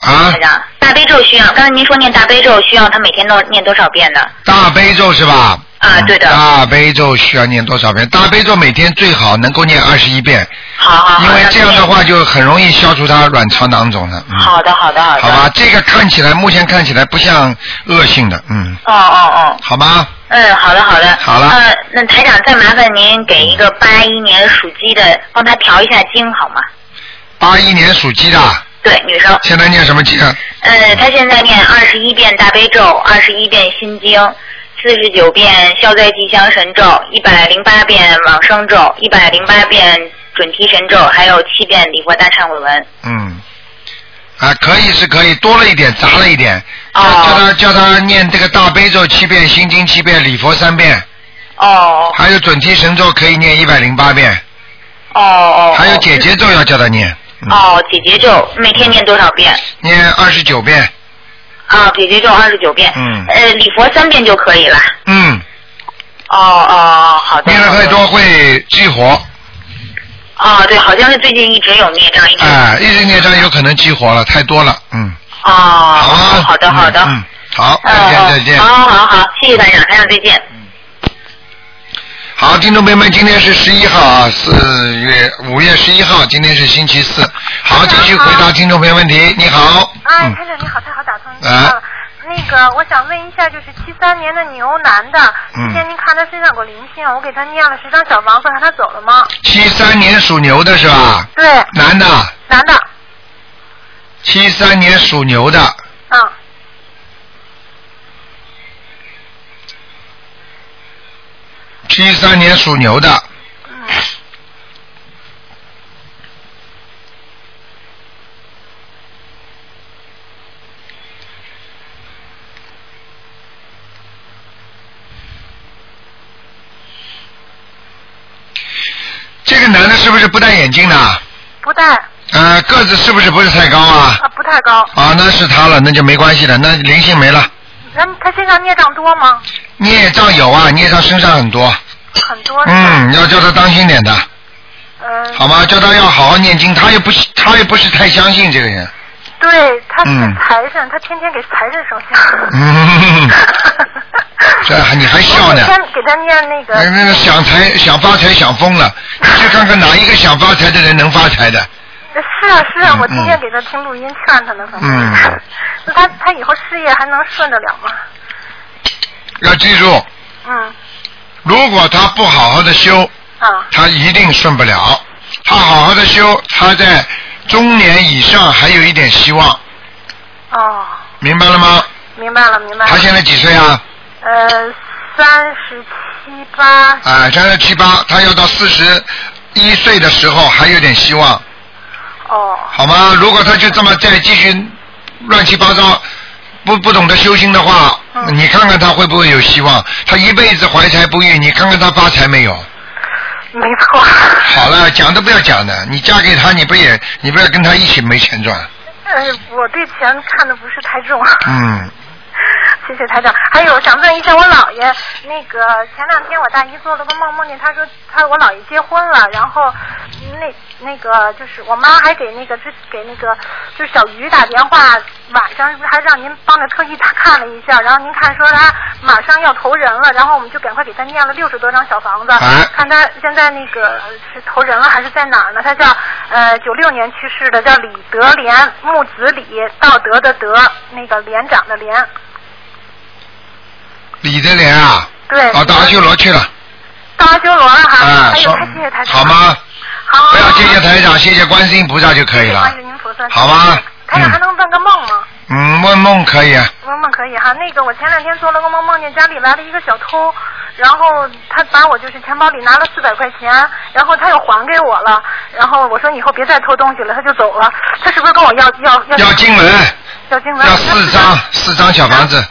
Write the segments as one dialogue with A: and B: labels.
A: 啊
B: 台，长，大悲咒需要，刚才您说念大悲咒需要他每天都念多少遍呢？
A: 大悲咒是吧？嗯
B: 啊，对的，
A: 大悲咒需要念多少遍？大悲咒每天最好能够念二十一遍，
B: 好好好，
A: 因为
B: 那
A: 这样的
B: 念
A: 话就很容易消除他卵巢囊肿的。嗯，
B: 好的，好的，好的，
A: 好吧，这个看起来目前看起来不像恶性的，嗯，
B: 哦哦哦，
A: 好吗？
B: 嗯，好的，好的，
A: 好了
B: 呃，那台长再麻烦您给一个八一年属鸡的，帮他调一下经好吗？
A: 八一年属鸡的，
B: 对，女生，
A: 现在念什么啊经？
B: 呃，她现在念二十一遍大悲咒，二十一遍心经，四十九遍消灾吉祥神咒，一百零八遍往生咒，一百零八遍准提神咒，还有七遍礼佛大忏悔文。
A: 嗯，啊，可以是可以，多了一点，杂了一点。叫
B: 哦
A: 叫他叫他念这个大悲咒七遍，心经七遍，礼佛三遍，
B: 哦
A: 还有准提神咒可以念一百零八遍，
B: 哦哦，
A: 还有姐姐咒要叫他念，嗯
B: 哦，姐姐咒每天念多少遍？
A: 念二十九遍。
B: 啊，姐姐咒二十九遍。
A: 嗯
B: 呃，礼佛三遍就可以了。
A: 嗯，
B: 哦哦，好的。
A: 念了太多会激活，
B: 哦，对，好像是最近一直有孽障，一直。
A: 哎、一直念章有可能激活了，太多了。嗯，
B: 哦，
A: 好啊，
B: 好的，好的。
A: 嗯，嗯好，
B: 嗯
A: 再见，再
B: 嗯
A: 见。
B: 好好好，谢谢台长，台长再见。
A: 好，听众朋友们，今天是十一号啊，四月五月十一号，今天是星期四。
B: 嗯
A: 好，继续回答听众朋友问题。你好，
B: 啊
C: 哎，
A: 嗯，
C: 台长你好，太好打通电话
A: 啊
C: 了。那个，我想问一下，就是七三年的牛男的，
A: 嗯
C: 之前您看他身上有个灵性，我给他念了十张小房子，看他走了吗？
A: 七三年属牛的是吧？
B: 嗯
C: 对，
A: 男的，
C: 男的，
A: 七三年属牛的，
C: 嗯，
A: 七三年属牛的，
C: 嗯，
A: 这个男的是不是不戴眼镜的？
C: 不太啊，
A: 呃，个子是不是不是太高啊？
C: 不太高。
A: 啊，那是他了，那就没关系了，那灵性没了。
C: 那他身上孽障多吗？
A: 孽障有啊，孽障身上很多，
C: 很多。
A: 嗯，要叫他当心点的，
C: 呃，
A: 好吗？叫他要好好念经，他也不是他也不是太相信这个人，
C: 对，他是
A: 嗯
C: 财神，他天天给财神生像。
A: 嗯，这还你还笑呢哎
C: 我每天给他念那个，
A: 那那个想财想发财想疯了，你去看看哪一个想发财的人能发财的？
C: 是啊是啊，
A: 嗯
C: 我天天给他听录音劝他呢，反正。
A: 嗯。
C: 那他他以后事业还能顺得了吗？
A: 要记住，
C: 嗯，
A: 如果他不好好的修，
C: 啊，
A: 他一定顺不了。他好好的修，他在中年以上还有一点希望，
C: 哦，
A: 明白了吗？
C: 明白了明白了
A: 他。现在几岁啊？
C: 呃，三十七八，
A: 啊，现在七八，他要到四十一岁的时候还有点希望，
C: 哦，
A: 好吗？如果他就这么再继续乱七八糟，不不懂得修心的话，
C: 嗯
A: 你看看他会不会有希望？他一辈子怀才不遇，你看看他发财没有？
C: 没错。
A: 好了，讲都不要讲的，你嫁给他，你不也你不要跟他一起没钱赚？
C: 呃，我对钱看的不是太重。啊
A: 嗯，
C: 谢谢台长。还有，我想问一下我姥爷，那个前两天我大姨做了个梦，梦见她说她我姥爷结婚了，然后那那个就是我妈还给那个之给那个就是小鱼打电话，晚上是不是还让您帮着特意看了一下，然后您看说她马上要投人了，然后我们就赶快给她念了六十多张小房子，
A: 哎
C: 看她现在那个是投人了还是在哪儿呢？她叫呃九六年去世的，叫李德莲，木子李，道德的德，那个连长的连。
A: 李德莲啊，
C: 对，
A: 啊，到阿修罗去了，
C: 到阿修罗了哈。
A: 啊，
C: 哎呦，
A: 说
C: 太谢谢台长。
A: 好？吗？
C: 好。
A: 不要谢谢台长，谢谢观世音菩萨就可以了
C: 观世。音菩萨。
A: 好吧
C: 台长
A: 嗯
C: 还能问个梦吗？
A: 嗯，问梦可以啊。
C: 梦梦可以哈。那个我前两天做了个梦，梦见家里来了一个小偷，然后他把我就是钱包里拿了四百块钱，然后他又还给我了，然后我说你以后别再偷东西了，他就走了。他是不是跟我要要要
A: 要经文，
C: 要经文？
A: 要四张，四张小房子，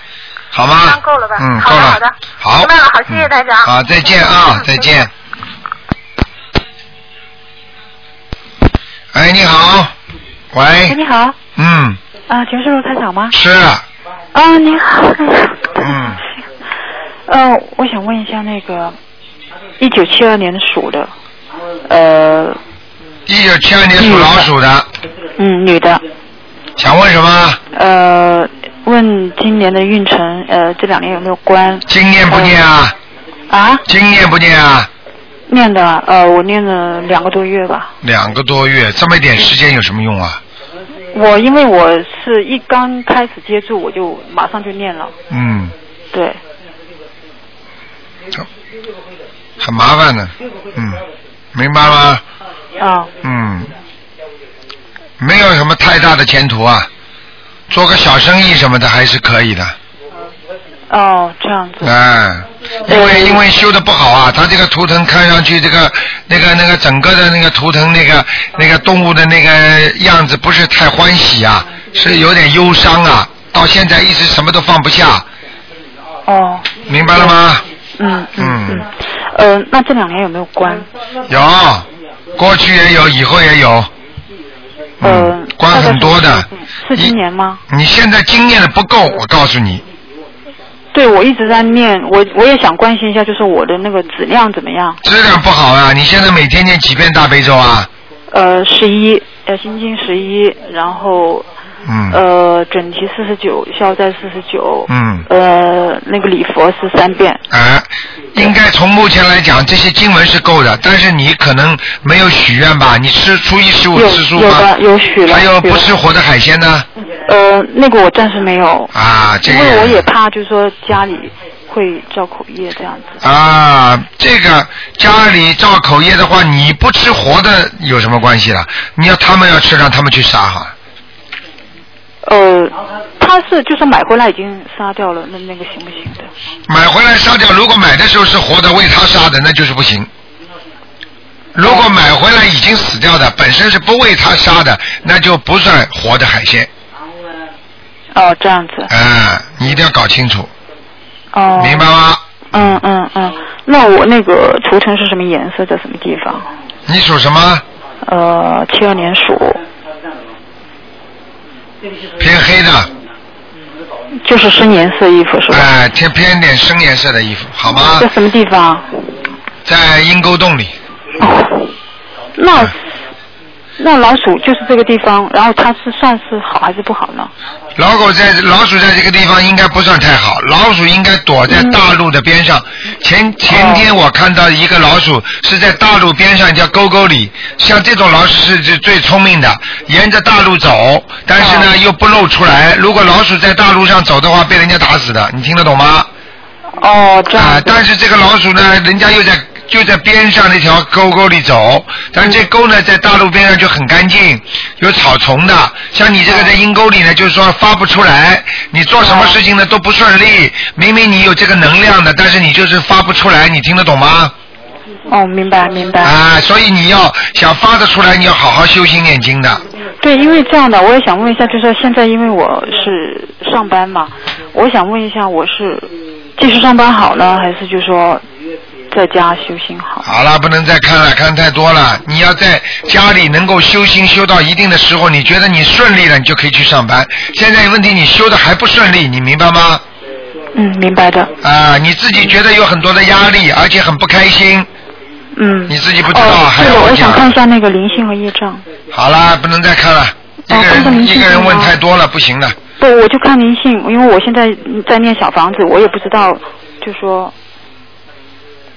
A: 好吗？
C: 四张够了吧
A: 嗯，
C: 好
A: 够
C: 的
A: 了。
C: 好的
A: 好。
C: 明白了好谢谢
A: 嗯
C: 台长
A: 好，再见啊
C: 嗯，
A: 再见。哎，你好，
D: 喂，
A: 喂，
D: 哎你好，
A: 嗯，
D: 啊，请问是陆台长吗？
A: 是，
D: 啊，你好，
A: 嗯，
D: 呃，我想问一下那个，一九七二年属的，呃，
A: 一九七二年属老鼠的，
D: 嗯嗯，女的，
A: 想问什么？
D: 呃，问今年的运程，呃，这两年有没有关？
A: 经念不念啊？
C: 嗯
D: 啊，
A: 经念不念啊？
D: 念的，呃，我念了两个多月吧。
A: 两个多月，这么一点时间有什么用啊？
D: 我因为我是一刚开始接触，我就马上就念了，
A: 嗯，
D: 对，
A: 很麻烦的。嗯，明白吗？
D: 啊，
A: 嗯，没有什么太大的前途啊，做个小生意什么的还是可以的。
D: 哦，这样子，
A: 哎，因为因为修的不好啊，它这个图腾看上去这个那个那个整个的那个图腾那个那个动物的那个样子不是太欢喜啊，是有点忧伤啊，到现在一直什么都放不下，
D: 哦，
A: 明白了吗？
D: 嗯嗯
A: 嗯
D: 嗯，呃，那这两年有没有关？
A: 有，过去也有，以后也有。
D: 呃
A: 嗯，，关很多
D: 大概
A: 的
D: 什么时候。是今年吗？
A: 你现在经验的不够，我告诉你，
D: 对，我一直在念，我我也想关心一下，就是我的那个质量怎么样？
A: 质量不好啊！你现在每天念几遍大悲咒啊？
D: 呃，十一，呃，心经十一，然后
A: 嗯。
D: 呃，准提四十九，消灾四十九，
A: 嗯
D: 呃，那个礼佛是三遍，
A: 啊，应该从目前来讲，这些经文是够的，但是你可能没有许愿吧？你吃初一十五
D: 有
A: 吃素
D: 有
A: 吗
D: 的？有许了，
A: 还有
D: 许
A: 不
D: 了
A: 吃活的海鲜呢？
D: 呃，那个我暂时没有，
A: 啊，这
D: 因
A: 个
D: 为我也怕，就是说家里会造口业这样子。
A: 啊，这个家里造口业的话，你不吃活的有什么关系了？你要他们要吃，让他们去杀哈。
D: 呃，他是就是买回来已经杀掉了，那那个行不行的？
A: 买回来杀掉，如果买的时候是活的，为他杀的，那就是不行。如果买回来已经死掉的，本身是不为他杀的，那就不算活的海鲜。
D: 哦，这样子。
A: 啊，你一定要搞清楚，
D: 哦。
A: 明白。吗？
D: 嗯嗯嗯，那我那个图腾是什么颜色，在什么地方？
A: 你属什么？
D: 呃，七二年属，
A: 偏黑的，
D: 就是深颜色衣服是吧？
A: 哎、偏偏点深颜色的衣服，好吗
D: 在？什么地方？
A: 在阴沟洞里，
D: 哦，那
A: 哎
D: 那老鼠就是这个地方，然后它是算是好还是不好呢？
A: 老狗在老鼠在这个地方应该不算太好，老鼠应该躲在大路的边上。前前天我看到一个老鼠是在大路边上叫沟沟里，像这种老鼠是最最聪明的，沿着大路走，但是呢又不露出来。如果老鼠在大路上走的话，被人家打死的，你听得懂吗？
D: 哦，这
A: 啊
D: 样、子。
A: 但是这个老鼠呢，人家又在就在边上那条沟沟里走，但这沟呢在大路边上就很干净，有草丛的。像你这
D: 嗯
A: 个在阴沟里呢，就是说发不出来，你做什么事情呢
D: 嗯
A: 都不顺利。明明你有这个能量的，但是你就是发不出来，你听得懂吗？
D: 哦，明白明白。
A: 啊，所以你要想发得出来，你要好好修心念经的。
D: 对，因为这样的，我也想问一下，就是说现在因为我是上班嘛，我想问一下，我是继续上班好呢，还是就说在家修行好？
A: 好了，不能再看了，看太多了。你要在家里能够修心修到一定的时候，你觉得你顺利了，你就可以去上班。现在问题你修的还不顺利，你明白吗？
D: 嗯，明白的。
A: 啊，你自己觉得有很多的压力，而且很不开心，
D: 嗯。
A: 你自己不知道
D: 哦，
A: 还
D: 对
A: 要
D: 了，
A: 我
D: 我想
A: 讲
D: 看一下那个灵性和业障。
A: 好啦，不能再看了。一个
D: 哦看看
A: 人
D: 您
A: 一个人
D: 心情
A: 问
D: 吗
A: 太多了，不行的。
D: 不，我就看灵性，因为我现在在念小房子，我也不知道，就说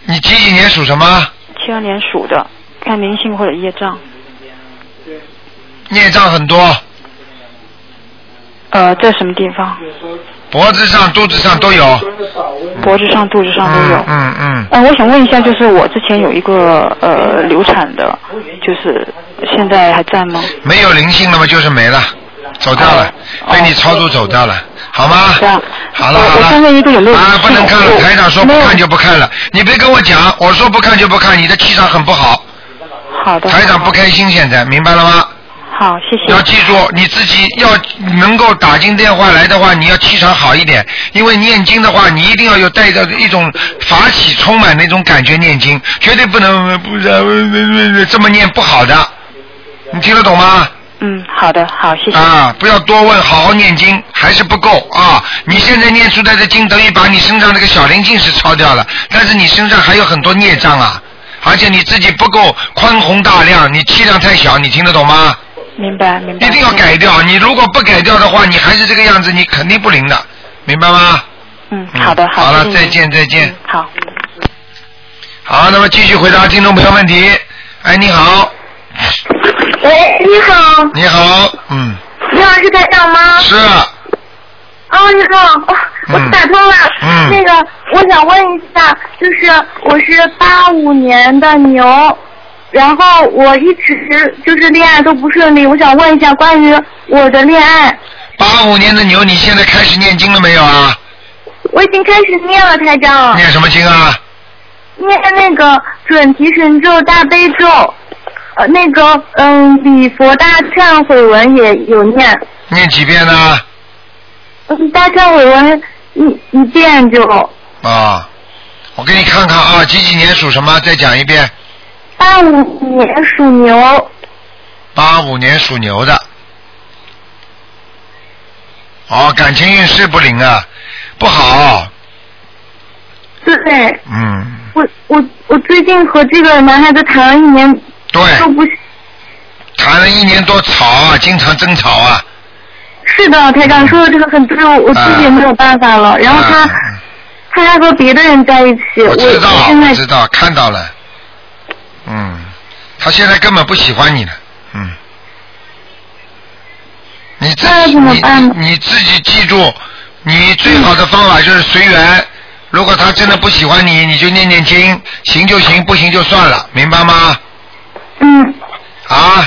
A: 你几几年属什么？
D: 七二年属的，看灵性或者业障。
A: 孽障很多，
D: 呃，在什么地方？
A: 脖子上、肚子上都有。
D: 脖子上、肚子上哦都有。
A: 嗯嗯嗯，
D: 呃，我想问一下，就是我之前有一个呃流产的，就是现在还在吗？
A: 没有灵性了吗？就是没了，走掉了，
D: 哦
A: 被你超度走掉了，好吗？
D: 这样
A: 好了
D: 我
A: 好
D: 我
A: 了。
D: 现在一个有没有
A: 啊，不能看了，
D: 我
A: 台长说不
D: 没有
A: 看就不看了，你别跟我讲，我说不看就不看，你的气场很不好，
D: 好的。
A: 台长不开心，现在明白了吗？
D: 好，谢谢
A: 要。记住，你自己要能够打进电话来的话，你要气场好一点，因为念经的话，你一定要有带着一种法喜充满那种感觉念经，绝对不能不是这么念不好的，你听得懂吗？
D: 嗯，好的，好，谢谢。
A: 啊，不要多问，好好念经还是不够啊！你现在念出来的经，等于把你身上那个小灵性是抄掉了，但是你身上还有很多孽障啊，而且你自己不够宽宏大量，你气量太小，你听得懂吗？
E: 明白明白。
A: 一定要改掉。你如果不改掉的话，你还是这个样子，你肯定不灵的，明白吗？
E: 嗯，
A: 嗯
E: 好的
A: 好
E: 的。
A: 了
E: 谢谢
A: 再
E: 您
A: 见再见
E: 嗯好。
A: 好，那么继续回答听众朋友问题。哎，你好，
F: 喂，你好，
A: 你好，嗯，
F: 你好是台长吗？
A: 是
F: 哦，你好，哦我
A: 嗯
F: 打通了。
A: 嗯
F: 那个，我想问一下，就是我是八五年的牛，然后我一直就是恋爱都不顺利，我想问一下关于我的恋爱，
A: 八五年的牛，你现在开始念经了没有啊？
F: 我已经开始念了，台长，
A: 念什么经啊？
F: 念那个准提神咒大悲咒，呃，那个嗯礼佛大忏悔文也有念，
A: 念几遍呢、啊？
F: 嗯大忏悔文一一遍就。
A: 啊我给你看看啊，几几年属什么？再讲一遍。
F: 八五年属牛，
A: 八五年属牛的。哦，感情运势不灵啊，不好。
F: 对
A: 嗯，
F: 我我我最近和这个男孩子谈了一年
A: 对，
F: 都不
A: 谈了一年多吵啊，经常争吵啊。
F: 是的，台长说的这个很对，我我自己也没有办法了。然后他、
A: 嗯
F: 他还和别的人在一起，我
A: 我知道，
F: 我现
A: 我
F: 在
A: 知道，看到了。嗯，他现在根本不喜欢你了。嗯，你自
F: 那
A: 己
F: 怎么
A: 你
F: 办呢
A: 你你自己记住，你最好的方法就是随缘。如果他真的不喜欢你，你就念念经，行就行，不行就算了，明白吗？
F: 嗯，
A: 啊，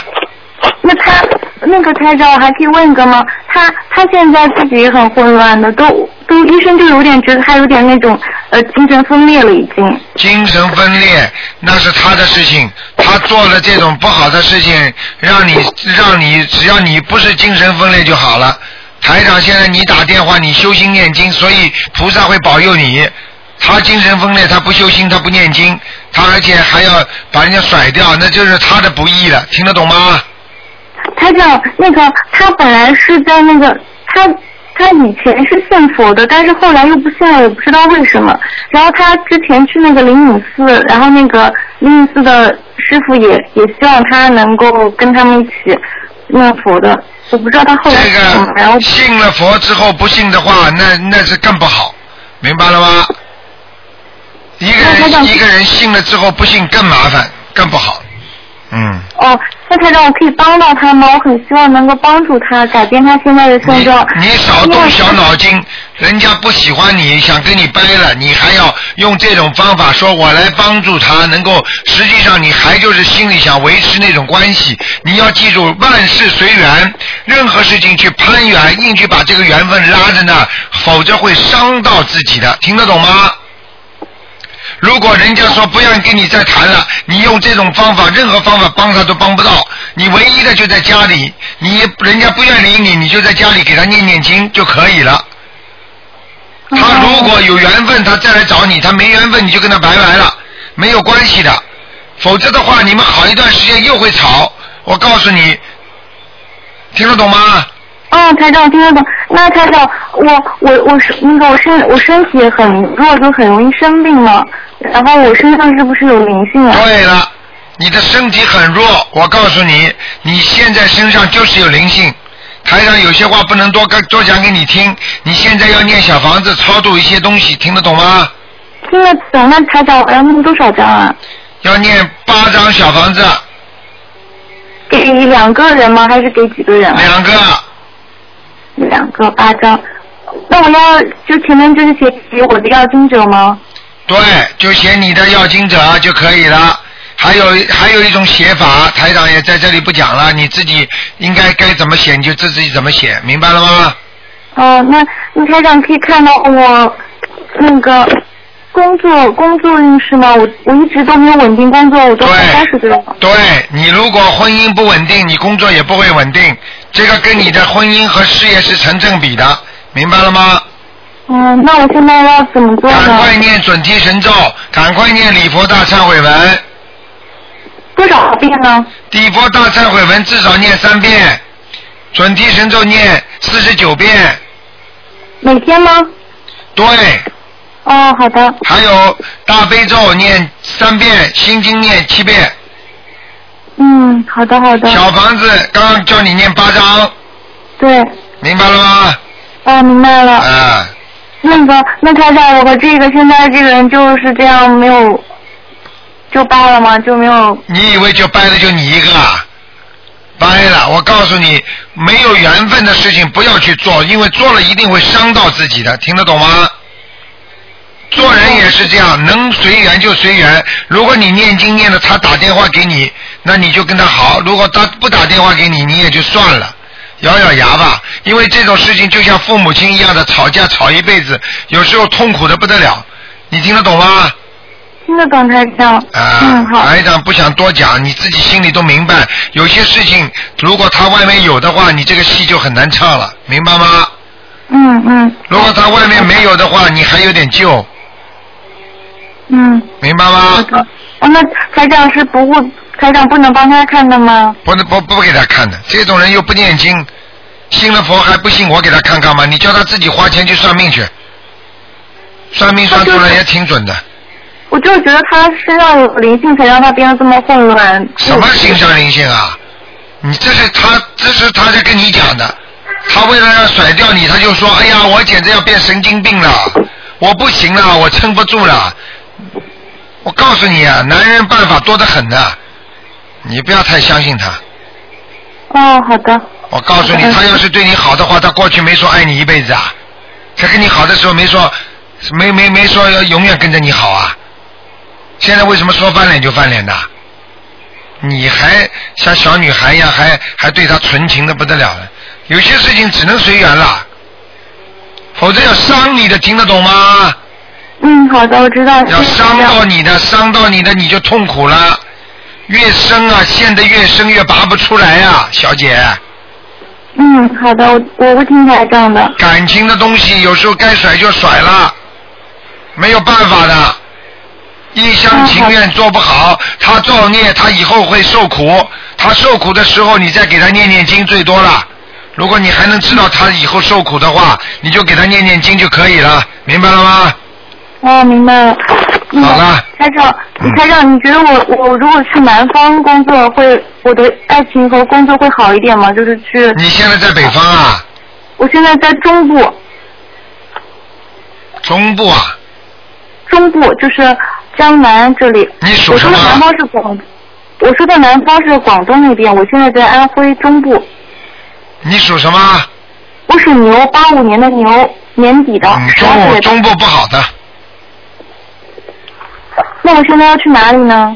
F: 那他那个台长，我还可以问一个吗？他他现在自己也很混乱的，都都医生就有点觉得他有点那种呃精神分裂了已经。
A: 精神分裂那是他的事情，他做了这种不好的事情，让你让你只要你不是精神分裂就好了。台长，现在你打电话，你修心念经，所以菩萨会保佑你。他精神分裂，他不修心，他不念经，他而且还要把人家甩掉，那就是他的不义了，听得懂吗？
F: 台长，那个他本来是在那个他他以前是信佛的，但是后来又不信了，也不知道为什么。然后他之前去那个灵隐寺，然后那个灵隐寺的师傅也也希望他能够跟他们一起念佛的，我不知道他后来
A: 这
F: 是怎么，然后
A: 个信了佛之后不信的话，那那是更不好，明白了吗？一个
F: 那台
A: 人
F: 长
A: 一个人信了之后不信更麻烦，更不好。嗯，
F: 哦，那台长我可以帮到他吗？我很希望能够帮助他改变他现在的现
A: 你
F: 状。
A: 你少
F: 因
A: 动
F: 为
A: 小脑筋，人家不喜欢你，想跟你掰了，你还要用这种方法说我来帮助他，能够实际上你还就是心里想维持那种关系。你要记住，万事随缘，任何事情去攀缘，硬去把这个缘分拉着那儿，否则会伤到自己的，听得懂吗？如果人家说不愿意跟你再谈了，你用这种方法，任何方法帮他都帮不到。你唯一的就在家里，你人家不愿理你，你就在家里给他念念经就可以了。他
F: 嗯
A: 如果有缘分，他再来找你；他没缘分，你就跟他拜拜了，没有关系的。否则的话，你们好一段时间又会吵。我告诉你，听得懂吗？
F: 哦，台长，我听得懂。那台长，我我我是那个我身我身体很弱，就很容易生病嘛。然后我身上是不是有灵 性啊？
A: 对了，你的身体很弱，我告诉你，你现在身上就是有灵性。台上有些话不能多跟多讲给你听，你现在要念小房子超度一些东西，听得懂吗？
F: 听得懂。那台长，我要弄多少张啊？
A: 要念八张小房子，
F: 给两个人吗？还是给几个人啊？
A: 两个，
F: 两个八张。那我要就前面就是写给我的要经者吗？
A: 对，就写你的要经者就可以了。还有还有一种写法，台长也在这里不讲了，你自己应该该怎么写你就自己怎么写，明白了吗？
F: 哦，那那台长可以看到我那个工作工作运势吗？我我一直都没有稳定工作，我都快
A: 对
F: 三十岁了。
A: 对你如果婚姻不稳定，你工作也不会稳定，这个跟你的婚姻和事业是成正比的，明白了吗？
F: 嗯，那我现在要怎么做
A: 赶快
F: 呢？
A: 念准提神咒，赶快念礼佛大忏悔文，
F: 多少遍呢？
A: 礼佛大忏悔文至少念三遍，准提神咒念四十九遍，
F: 每天吗？
A: 对，
F: 哦，好的。
A: 还有大悲咒念三遍，心经念七遍，
F: 嗯，好的好的，
A: 小房子刚刚叫你念八章，
F: 对，
A: 明白了吗？
F: 哦，明白了。
A: 啊，
F: 那个，那台长，我和这个现在这个人就是这样没有就掰了吗？就没有
A: 你以为就掰了就你一个啊？掰了，我告诉你，没有缘分的事情不要去做，因为做了一定会伤到自己的，听得懂吗？做人也是这样，能随缘就随缘。如果你念经念的，他打电话给你，那你就跟他好；如果他不打电话给你，你也就算了，咬咬牙吧。因为这种事情就像父母亲一样的吵架，吵一辈子，有时候痛苦的不得了。你听得懂吗？
F: 听得懂台长？
A: 啊，
F: 嗯，好，
A: 台长不想多讲，你自己心里都明白。有些事情，如果他外面有的话，你这个戏就很难唱了，明白吗？
F: 嗯嗯
A: 如果他外面没有的话，你还有点救，
F: 嗯，
A: 明白
F: 好
A: 吗？
F: 的。哦，那台长是不会，台长不能帮他看的吗？
A: 不能不不给他看的，这种人又不念经，信了佛还不信我给他看看吗？你叫他自己花钱去算命去，算命算出来也挺准的。
F: 我就是觉得他身上有灵性，才让他变得这么混乱。
A: 什么心上灵性啊？你这是他，这是他在跟你讲的。他为了要甩掉你，他就说：“哎呀，我简直要变神经病了，我不行了，我撑不住了。”我告诉你啊，男人办法多得很的、你不要太相信他。
F: 哦，好的，
A: 我告诉你，
F: 嗯
A: 他要是对你好的话，他过去没说爱你一辈子啊，他跟你好的时候没说，没没没说要永远跟着你好啊。现在为什么说翻脸就翻脸的？你还像小女孩一样，还还对他纯情的不得了了。有些事情只能随缘了，否则要伤你的，听得懂吗？
F: 嗯，好的，我知道。
A: 要
F: 谢谢台
A: 伤
F: 长
A: 到你的，伤到你的你就痛苦了，越深啊，陷得越深越拔不出来啊，小姐。
F: 嗯，好的，我我不听台长的。
A: 感情的东西有时候该甩就甩了，没有办法的。一厢情愿做不好，他造孽，他以后会受苦。他受苦的时候，你再给他念念经最多了。如果你还能知道他以后受苦的话，你就给他念念经就可以了，明白了吗？
F: 哦，明白了。那个
A: 好了
F: 台长，
A: 嗯
F: 台长，你觉得我我如果去南方工作会，我的爱情和工作会好一点吗？就是去，
A: 你现在在北方啊，
F: 我现在在中部，
A: 中部啊，
F: 中部就是江南这里。
A: 你属
F: 我
A: 什
F: 说的南
A: 么？
F: 方是广，我说的南方是广东那边，我现在在安徽中部，
A: 你属什么？
F: 我属牛，八五年的牛，年底的
A: 嗯，，
F: 十
A: 中
F: 二
A: 部
F: 月的。
A: 中部不好的，
F: 那我现在要去哪里呢？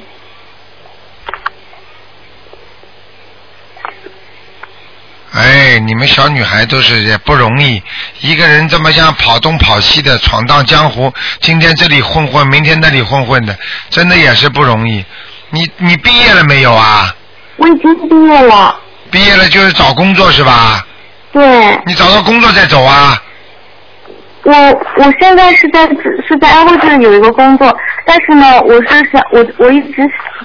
A: 哎，你们小女孩都是也不容易，一个人这么像跑东跑西的闯荡江湖，今天这里混混，明天那里混混的，真的也是不容易。你你毕业了没有啊？
F: 我已经毕业了，
A: 毕业了就是找工作是吧？
F: 对。
A: 你找到工作再走啊。
F: 我我现在是在是在安徽这里有一个工作，但是呢，我是想我我一直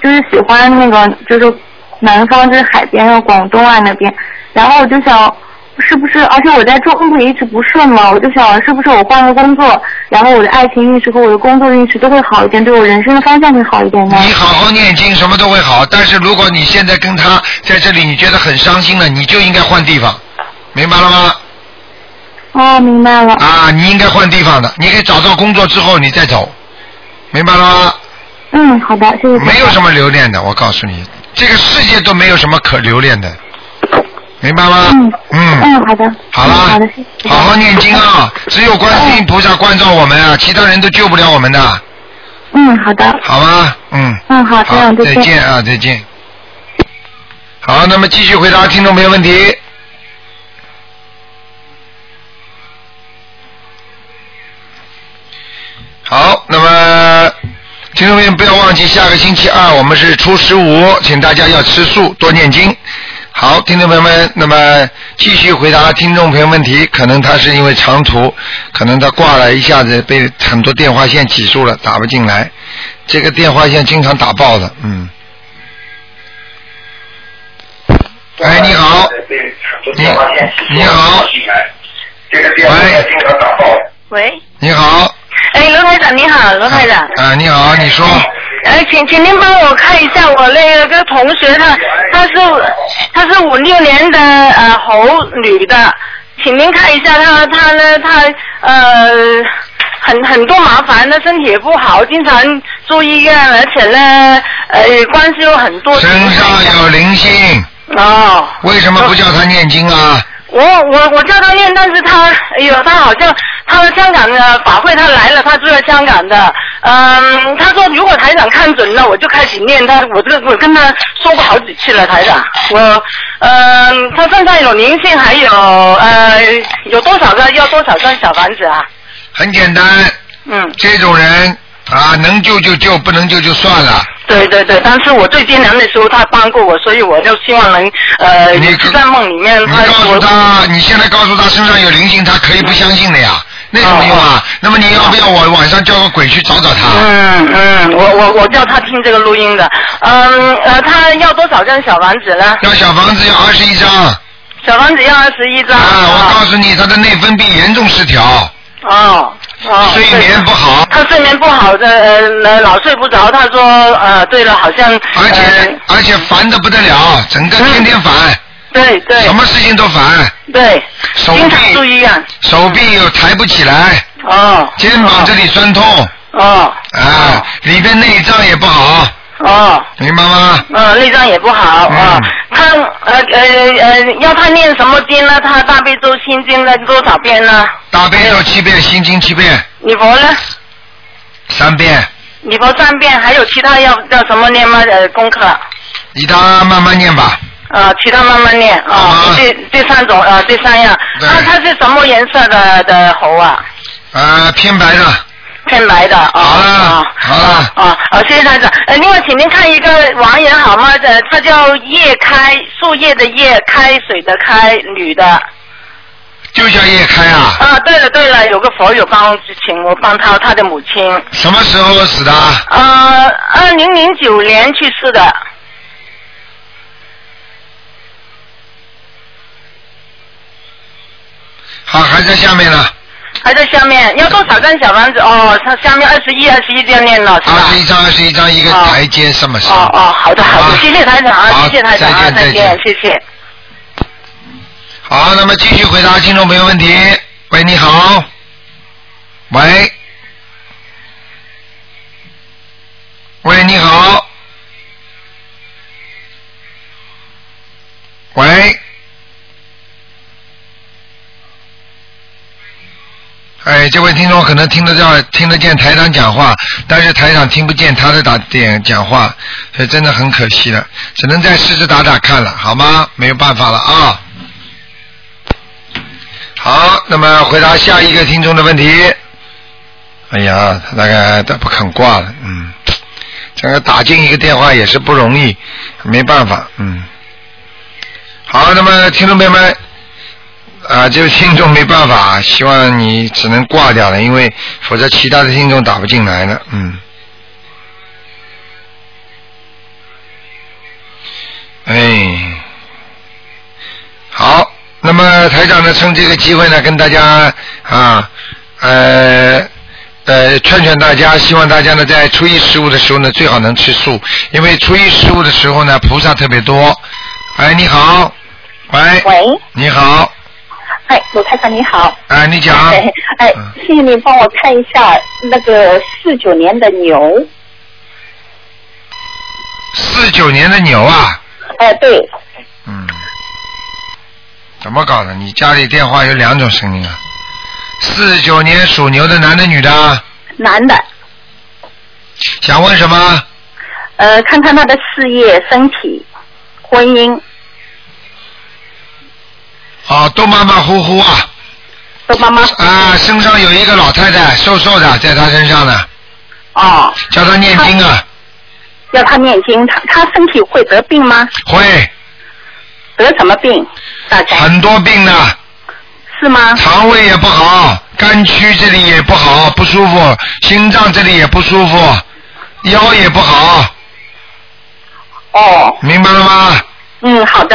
F: 就是喜欢那个就是南方就是海边还有广东啊那边，然后我就想是不是，而且我在中部也一直不顺嘛，我就想是不是我换个工作，然后我的爱情运势和我的工作运势都会好一点，对我人生的方向会好一点呢？
A: 你好好念经，什么都会好。但是如果你现在跟他在这里，你觉得很伤心了，你就应该换地方，明白了吗？
F: 哦，明白了。
A: 啊，你应该换地方的。你可以找到工作之后你再走，明白了吗？
F: 嗯，好的，谢谢。
A: 没有什么留恋的，我告诉你，这个世界都没有什么可留恋的，明白吗？
F: 嗯
A: 嗯，
F: 嗯，好的。
A: 好
F: 嗯
A: 了，
F: 好的，谢谢。
A: 好好念经啊！只有观世音菩萨关照我们啊，其他人都救不了我们的，
F: 嗯，好的。
A: 好吗？嗯，
F: 嗯，好，这
A: 好
F: 样，
A: 再见啊，再见。好，那么继续回答听众朋友问题。好，那么听众朋友不要忘记，下个星期二我们是初十五，请大家要吃素，多念经。好，听众朋友们，那么继续回答听众朋友问题。可能他是因为长途，可能他挂了一下子被很多电话线挤住了，打不进来。这个电话线经常打爆的，嗯。哎，你好，你你好，喂，
G: 喂，
A: 你好，
G: 哎，罗台长你好，罗台长，哎
A: 啊，你好，你说，
B: 呃，请请您帮我看一下我那个同学，她她是她是五六年的呃猴女的，请您看一下她她呢她呃很很多麻烦，她身体也不好，经常住医院，而且呢呃关系有很多。
A: 身上有灵性，
B: 哦，
A: 为什么不叫他念经啊？
B: 我我我叫他念，但是他哎呦，他好像他的香港的法会他来了，他住在香港的，嗯，他说如果台长看准了，我就开始念他，我这我跟他说过好几次了，台长，我嗯，他身上有灵性，还有呃有多少个要多少张小房子啊？
A: 很简单，
B: 嗯，
A: 这种人啊，能救就救，不能救就算了。
B: 对对对，但是我最艰难的时候他帮过我，所以我就希望能呃
A: 你
B: 就在梦里面
A: 你
B: 他
A: 告诉
B: 我
A: 他，你现在告诉他身上有灵性，他可以不相信的呀，那有什么用啊？那么你要不要我晚上叫个鬼去找找他？
B: 哦嗯嗯，我我我叫他听这个录音的。嗯呃，他要多少张小房子呢？
A: 要小房子要二十一张啊！
B: 小房子要二十一张。
A: 我告诉你，他的内分泌严重失调，
B: 哦哦。
A: 睡眠不好，
B: 他睡眠不好的，呃，老睡不着。他说，呃，对了，好像，
A: 而且
B: 呃、
A: 而且烦的不得了，整个天天烦，
B: 对嗯对
A: 什么事情都烦，
B: 对，
A: 手
B: 经常住
A: 臂
B: 医院。
A: 手臂又抬不起来，
B: 哦。
A: 肩膀这里酸痛
B: 哦
A: 啊，里边内脏也不好，
B: 哦，
A: 明白吗？
B: 呃，内脏也不好啊、
A: 嗯
B: 他呃呃呃，要他念什么经呢？他大悲咒心经呢多少遍呢？
A: 大悲咒七遍，心经七遍，
B: 礼佛呢？
A: 三遍。
B: 礼佛三遍，还有其他要要什么念吗？呃，功课，
A: 你他慢慢念吧，
B: 呃，其他慢慢念啊、
A: 啊
B: 这这三种啊、呃，这三样。
A: 对
B: 那它是什么颜色的的猴啊？
A: 呃，偏白的，
B: 偏白的啊
A: 好了
B: 啊
A: 好了
B: 啊啊！谢谢台长。呃，另外，请您看一个网友好吗？呃，她叫叶开，树叶的叶，开水的开，女的。
A: 就叫叶开啊。
B: 啊，对了对了，有个佛友帮请我帮她，她的母亲，
A: 什么时候死的？
B: 呃，二零零九年去世的。
A: 好，还在下面呢，
B: 还在下面，要多少张小房子？哦，它下面二十一，二十一就要念了，是吧？
A: 二十一张，二十一张，一个
B: 哦
A: 台阶，什么事？
B: 哦哦，好的好
A: 好
B: 的，谢谢台长啊
A: 好，
B: 谢谢台长
A: 再
B: 啊，
A: 见
B: 再
A: 再见
B: 见，谢谢。
A: 好，那么继续回答听众朋友问题。喂，你好。喂。喂，你好。喂。哎，这位听众可能听得到、听得见台长讲话，但是台长听不见他的打点讲话，所以真的很可惜了，只能再试着打打看了，好吗？没有办法了啊。好，那么回答下一个听众的问题。哎呀，他大概他不肯挂了，嗯，这个打进一个电话也是不容易，没办法，嗯。好，那么听众朋友们，啊，这位听众没办法，希望你只能挂掉了，因为否则其他的听众打不进来了，嗯。哎，好，那么台长呢，趁这个机会呢，跟大家啊，呃。呃，劝劝大家，希望大家呢，在初一十五的时候呢，最好能吃素，因为初一十五的时候呢，菩萨特别多。哎，你好，喂，
D: 喂，
A: 你好，
D: 哎，卢太太你好，
A: 哎，你 讲，
D: 哎哎，
A: 啊
D: 谢谢你帮我看一下那个四九年的牛，
A: 四九年的牛啊，
D: 哎对，
A: 嗯，怎么搞的？你家里电话有两种声音啊？四九年属牛的男的女的啊，
D: 男的，
A: 想问什么？
D: 呃，看看他的事业、身体、婚姻
A: 哦，都马马虎虎啊。
D: 都妈妈
A: 啊，身上有一个老太太，瘦瘦的，在她身上呢，
D: 哦，
A: 叫她念经啊，
D: 要他念经，他他身体会得病吗？
A: 会
D: 得什么病？大概
A: 很多病的，
D: 是
F: 嗯
D: 吗？
A: 肠胃也不好，肝区这里也不好，不舒服，心脏这里也不舒服，腰也不好，
D: 哦，
A: 明白了吗？
D: 嗯，好的，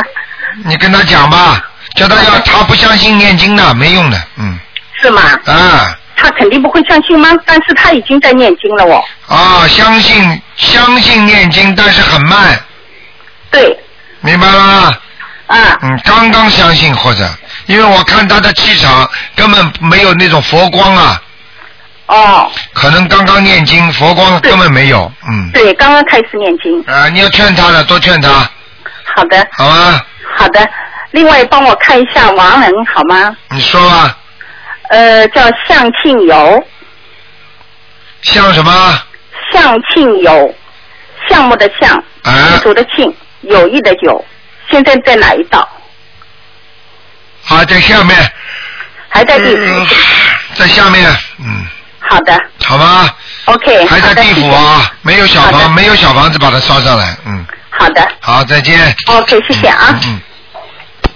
A: 你跟她讲吧，叫她要，她不相信念经的，没用的，嗯，
D: 是吗？
A: 啊，
D: 他话肯定不会相信吗？但是他已经在念经了哦。
A: 啊，相信相信念经，但是很慢，
D: 对，
A: 明白了吗？
D: 啊，
A: 嗯，刚刚相信或者，因为我看他的气场根本没有那种佛光啊，
D: 哦，
A: 可能刚刚念经，佛光根本没有，嗯，
D: 对，刚刚开始念经。
A: 啊、你要劝他的，多劝他，
D: 好的，
A: 好吗？
D: 好的。另外帮我看一下亡人好吗？
A: 你说吧，
D: 呃，叫向庆友，
A: 像什么？啊
D: 向庆友，项目的项，
A: 啊
D: 民族的庆，友谊的友。现在在哪一道？
A: 啊，在下面，
D: 还在地府。
A: 嗯在下面，嗯，
D: 好的
A: 好吗？
D: ，OK。
A: 嗯还在地府啊，没有小
D: 好的
A: 房，没有小房子把它烧上来，嗯，
D: 好的
A: 好，再见。
D: ，OK，谢谢啊。
A: 嗯。嗯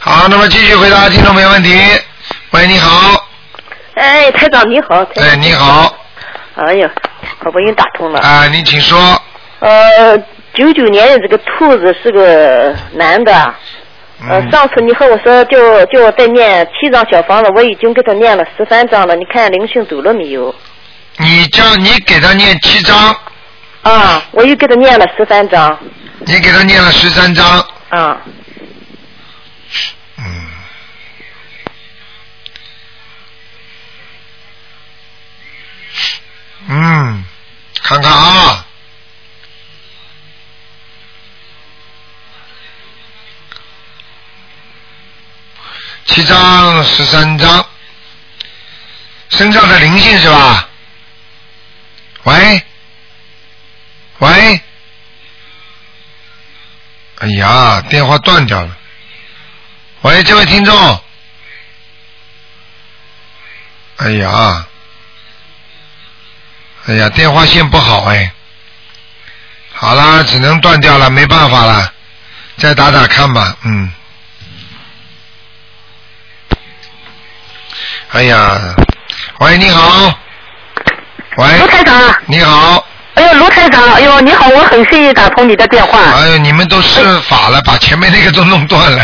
A: 好，那么继续回答听众朋友问题。喂，你好。
H: 哎，台长你好。台长
A: 哎，你。好。
H: 哎呀，好不容易打通了。
A: 啊，你请说。
H: 呃，九九年的这个兔子是个男的。呃，
A: 嗯。
H: 上次你和我说叫叫我再念七张小房子，我已经给他念了十三张了，你看灵性走了没有？
A: 你叫你给他念七章，
H: 啊，我又给他念了十三张。
A: 你给他念了十三章。
H: 啊，
A: 嗯。嗯，看看啊。七张，十三张，身上的灵性是吧？喂，喂，哎呀，电话断掉了。喂，这位听众。哎呀，哎呀，电话线不好哎。好啦，只能断掉了，没办法了，再打打看吧，嗯。哎呀，喂，你好。喂
D: 卢，台长，
A: 你好。
D: 哎呦，卢台长，哎呦，你好，我很幸运打通你的电话。
A: 哎呦，你们都施法了，把前面那个都弄断了。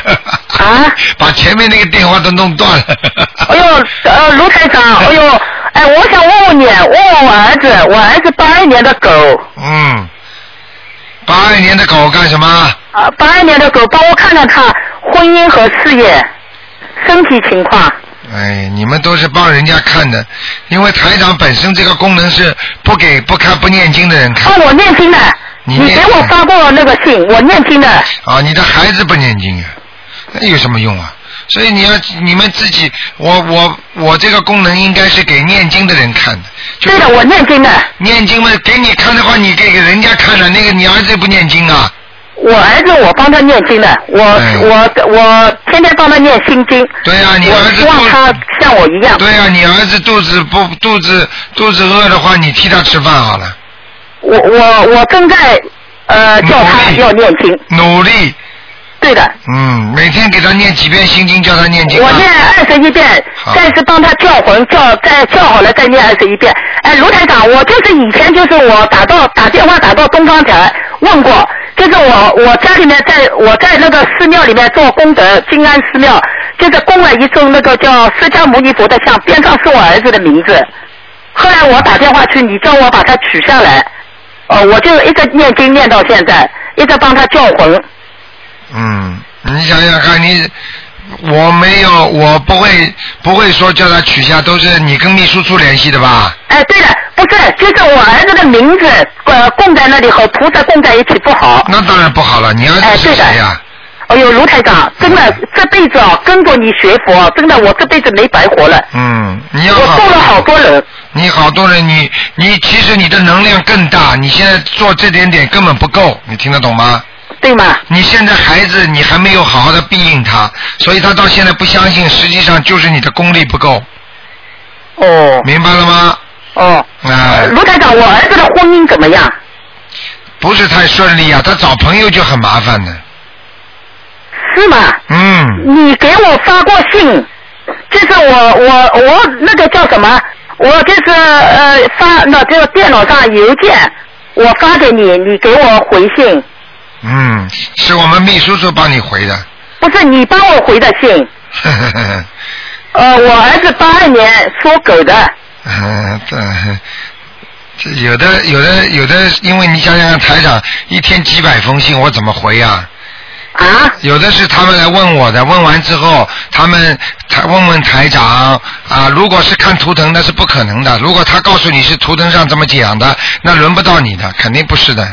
D: 啊？
A: 把前面那个电话都弄断了。
D: 哎呦，呃，卢台长， 哎呦，哎，我想问问你，问问我儿子，我儿子八二年的狗，
A: 嗯，八二年的狗干什么？
D: 啊，八二年的狗，帮我看看他婚姻和事业、身体情况。
A: 哎，你们都是帮人家看的，因为台长本身这个功能是不给不看不念经的人看
D: 哦，我念经的，
A: 你
D: 你
A: 念
D: 给我发过那个信，我念经的。
A: 啊。你的孩子不念经啊，那有什么用啊？所以你要你们自己，我我我这个功能应该是给念经的人看的，就
D: 对的，我念经的，
A: 念经嘛，给你看的话，你给给人家看了，那个你儿子不念经啊？
D: 我儿子我帮他念经的，我、
A: 哎
D: 我我天天帮他念心经。
A: 对呀、你
D: 我
A: 儿子
D: 希望他
A: 肚
D: 像我一样。
A: 对呀、你儿子肚子不肚子肚子饿的话，你替他吃饭好了。
D: 我我我正在呃叫他
A: 努力
D: 要念经，
A: 努力，
D: 对的，
A: 嗯，每天给他念几遍心经，叫他念经、啊。
D: 我念二十一遍
A: 好，
D: 再次帮他叫魂，叫再叫好了再念二十一遍。哎，卢台长，我就是以前就是我打到打电话打到东方台问过，就是我我家里面在我在那个寺庙里面做功德，金安寺庙就是供了一尊那个叫释迦牟尼佛的像，边上是我儿子的名字。后来我打电话去，你叫我把它取下来，哦，我就一直念经念到现在，一直帮他叫魂。
A: 嗯，你想想看，你我没有，我不会不会说叫他取下，都是你跟秘书处联系的吧？
D: 哎，对了，不是，就是我儿子的名字，呃，供在那里和菩萨供在一起不好。
A: 那当然不好了，你儿
D: 哎
A: 子是
D: 对的
A: 谁呀、
D: 哎呦，卢台长，真的这辈子啊，跟着你学佛，真的我这辈子没白活了。
A: 嗯，你要
D: 我
A: 好，
D: 度了好多人，
A: 嗯你好多人，你你其实你的能量更大，你现在做这点点根本不够，你听得懂吗？
D: 对吗？
A: 你现在孩子你还没有好好的庇应他，所以他到现在不相信，实际上就是你的功力不够，
D: 哦
A: 明白了吗？
D: 哦，
A: 啊、
D: 卢台长，我儿子的婚姻怎么样？
A: 不是太顺利啊，他找朋友就很麻烦的。
D: 是吗？
A: 嗯，
D: 你给我发过信，就是我我我那个叫什么？我就是呃发那这个电脑上邮件，我发给你，你给我回信，
A: 嗯，是我们秘书处帮你回的。
D: 不是你帮我回的信。
A: 呵呵呵呵
D: 呃，呃，我儿子八二年属狗的，
A: 嗯，这这有的有的有的，因为你想想看，台长一天几百封信，我怎么回呀、
D: 啊，
A: 有的是他们来问我的，问完之后，他们他问问台长啊，如果是看图腾那是不可能的，如果他告诉你是图腾上怎么讲的，那轮不到你的，肯定不是的，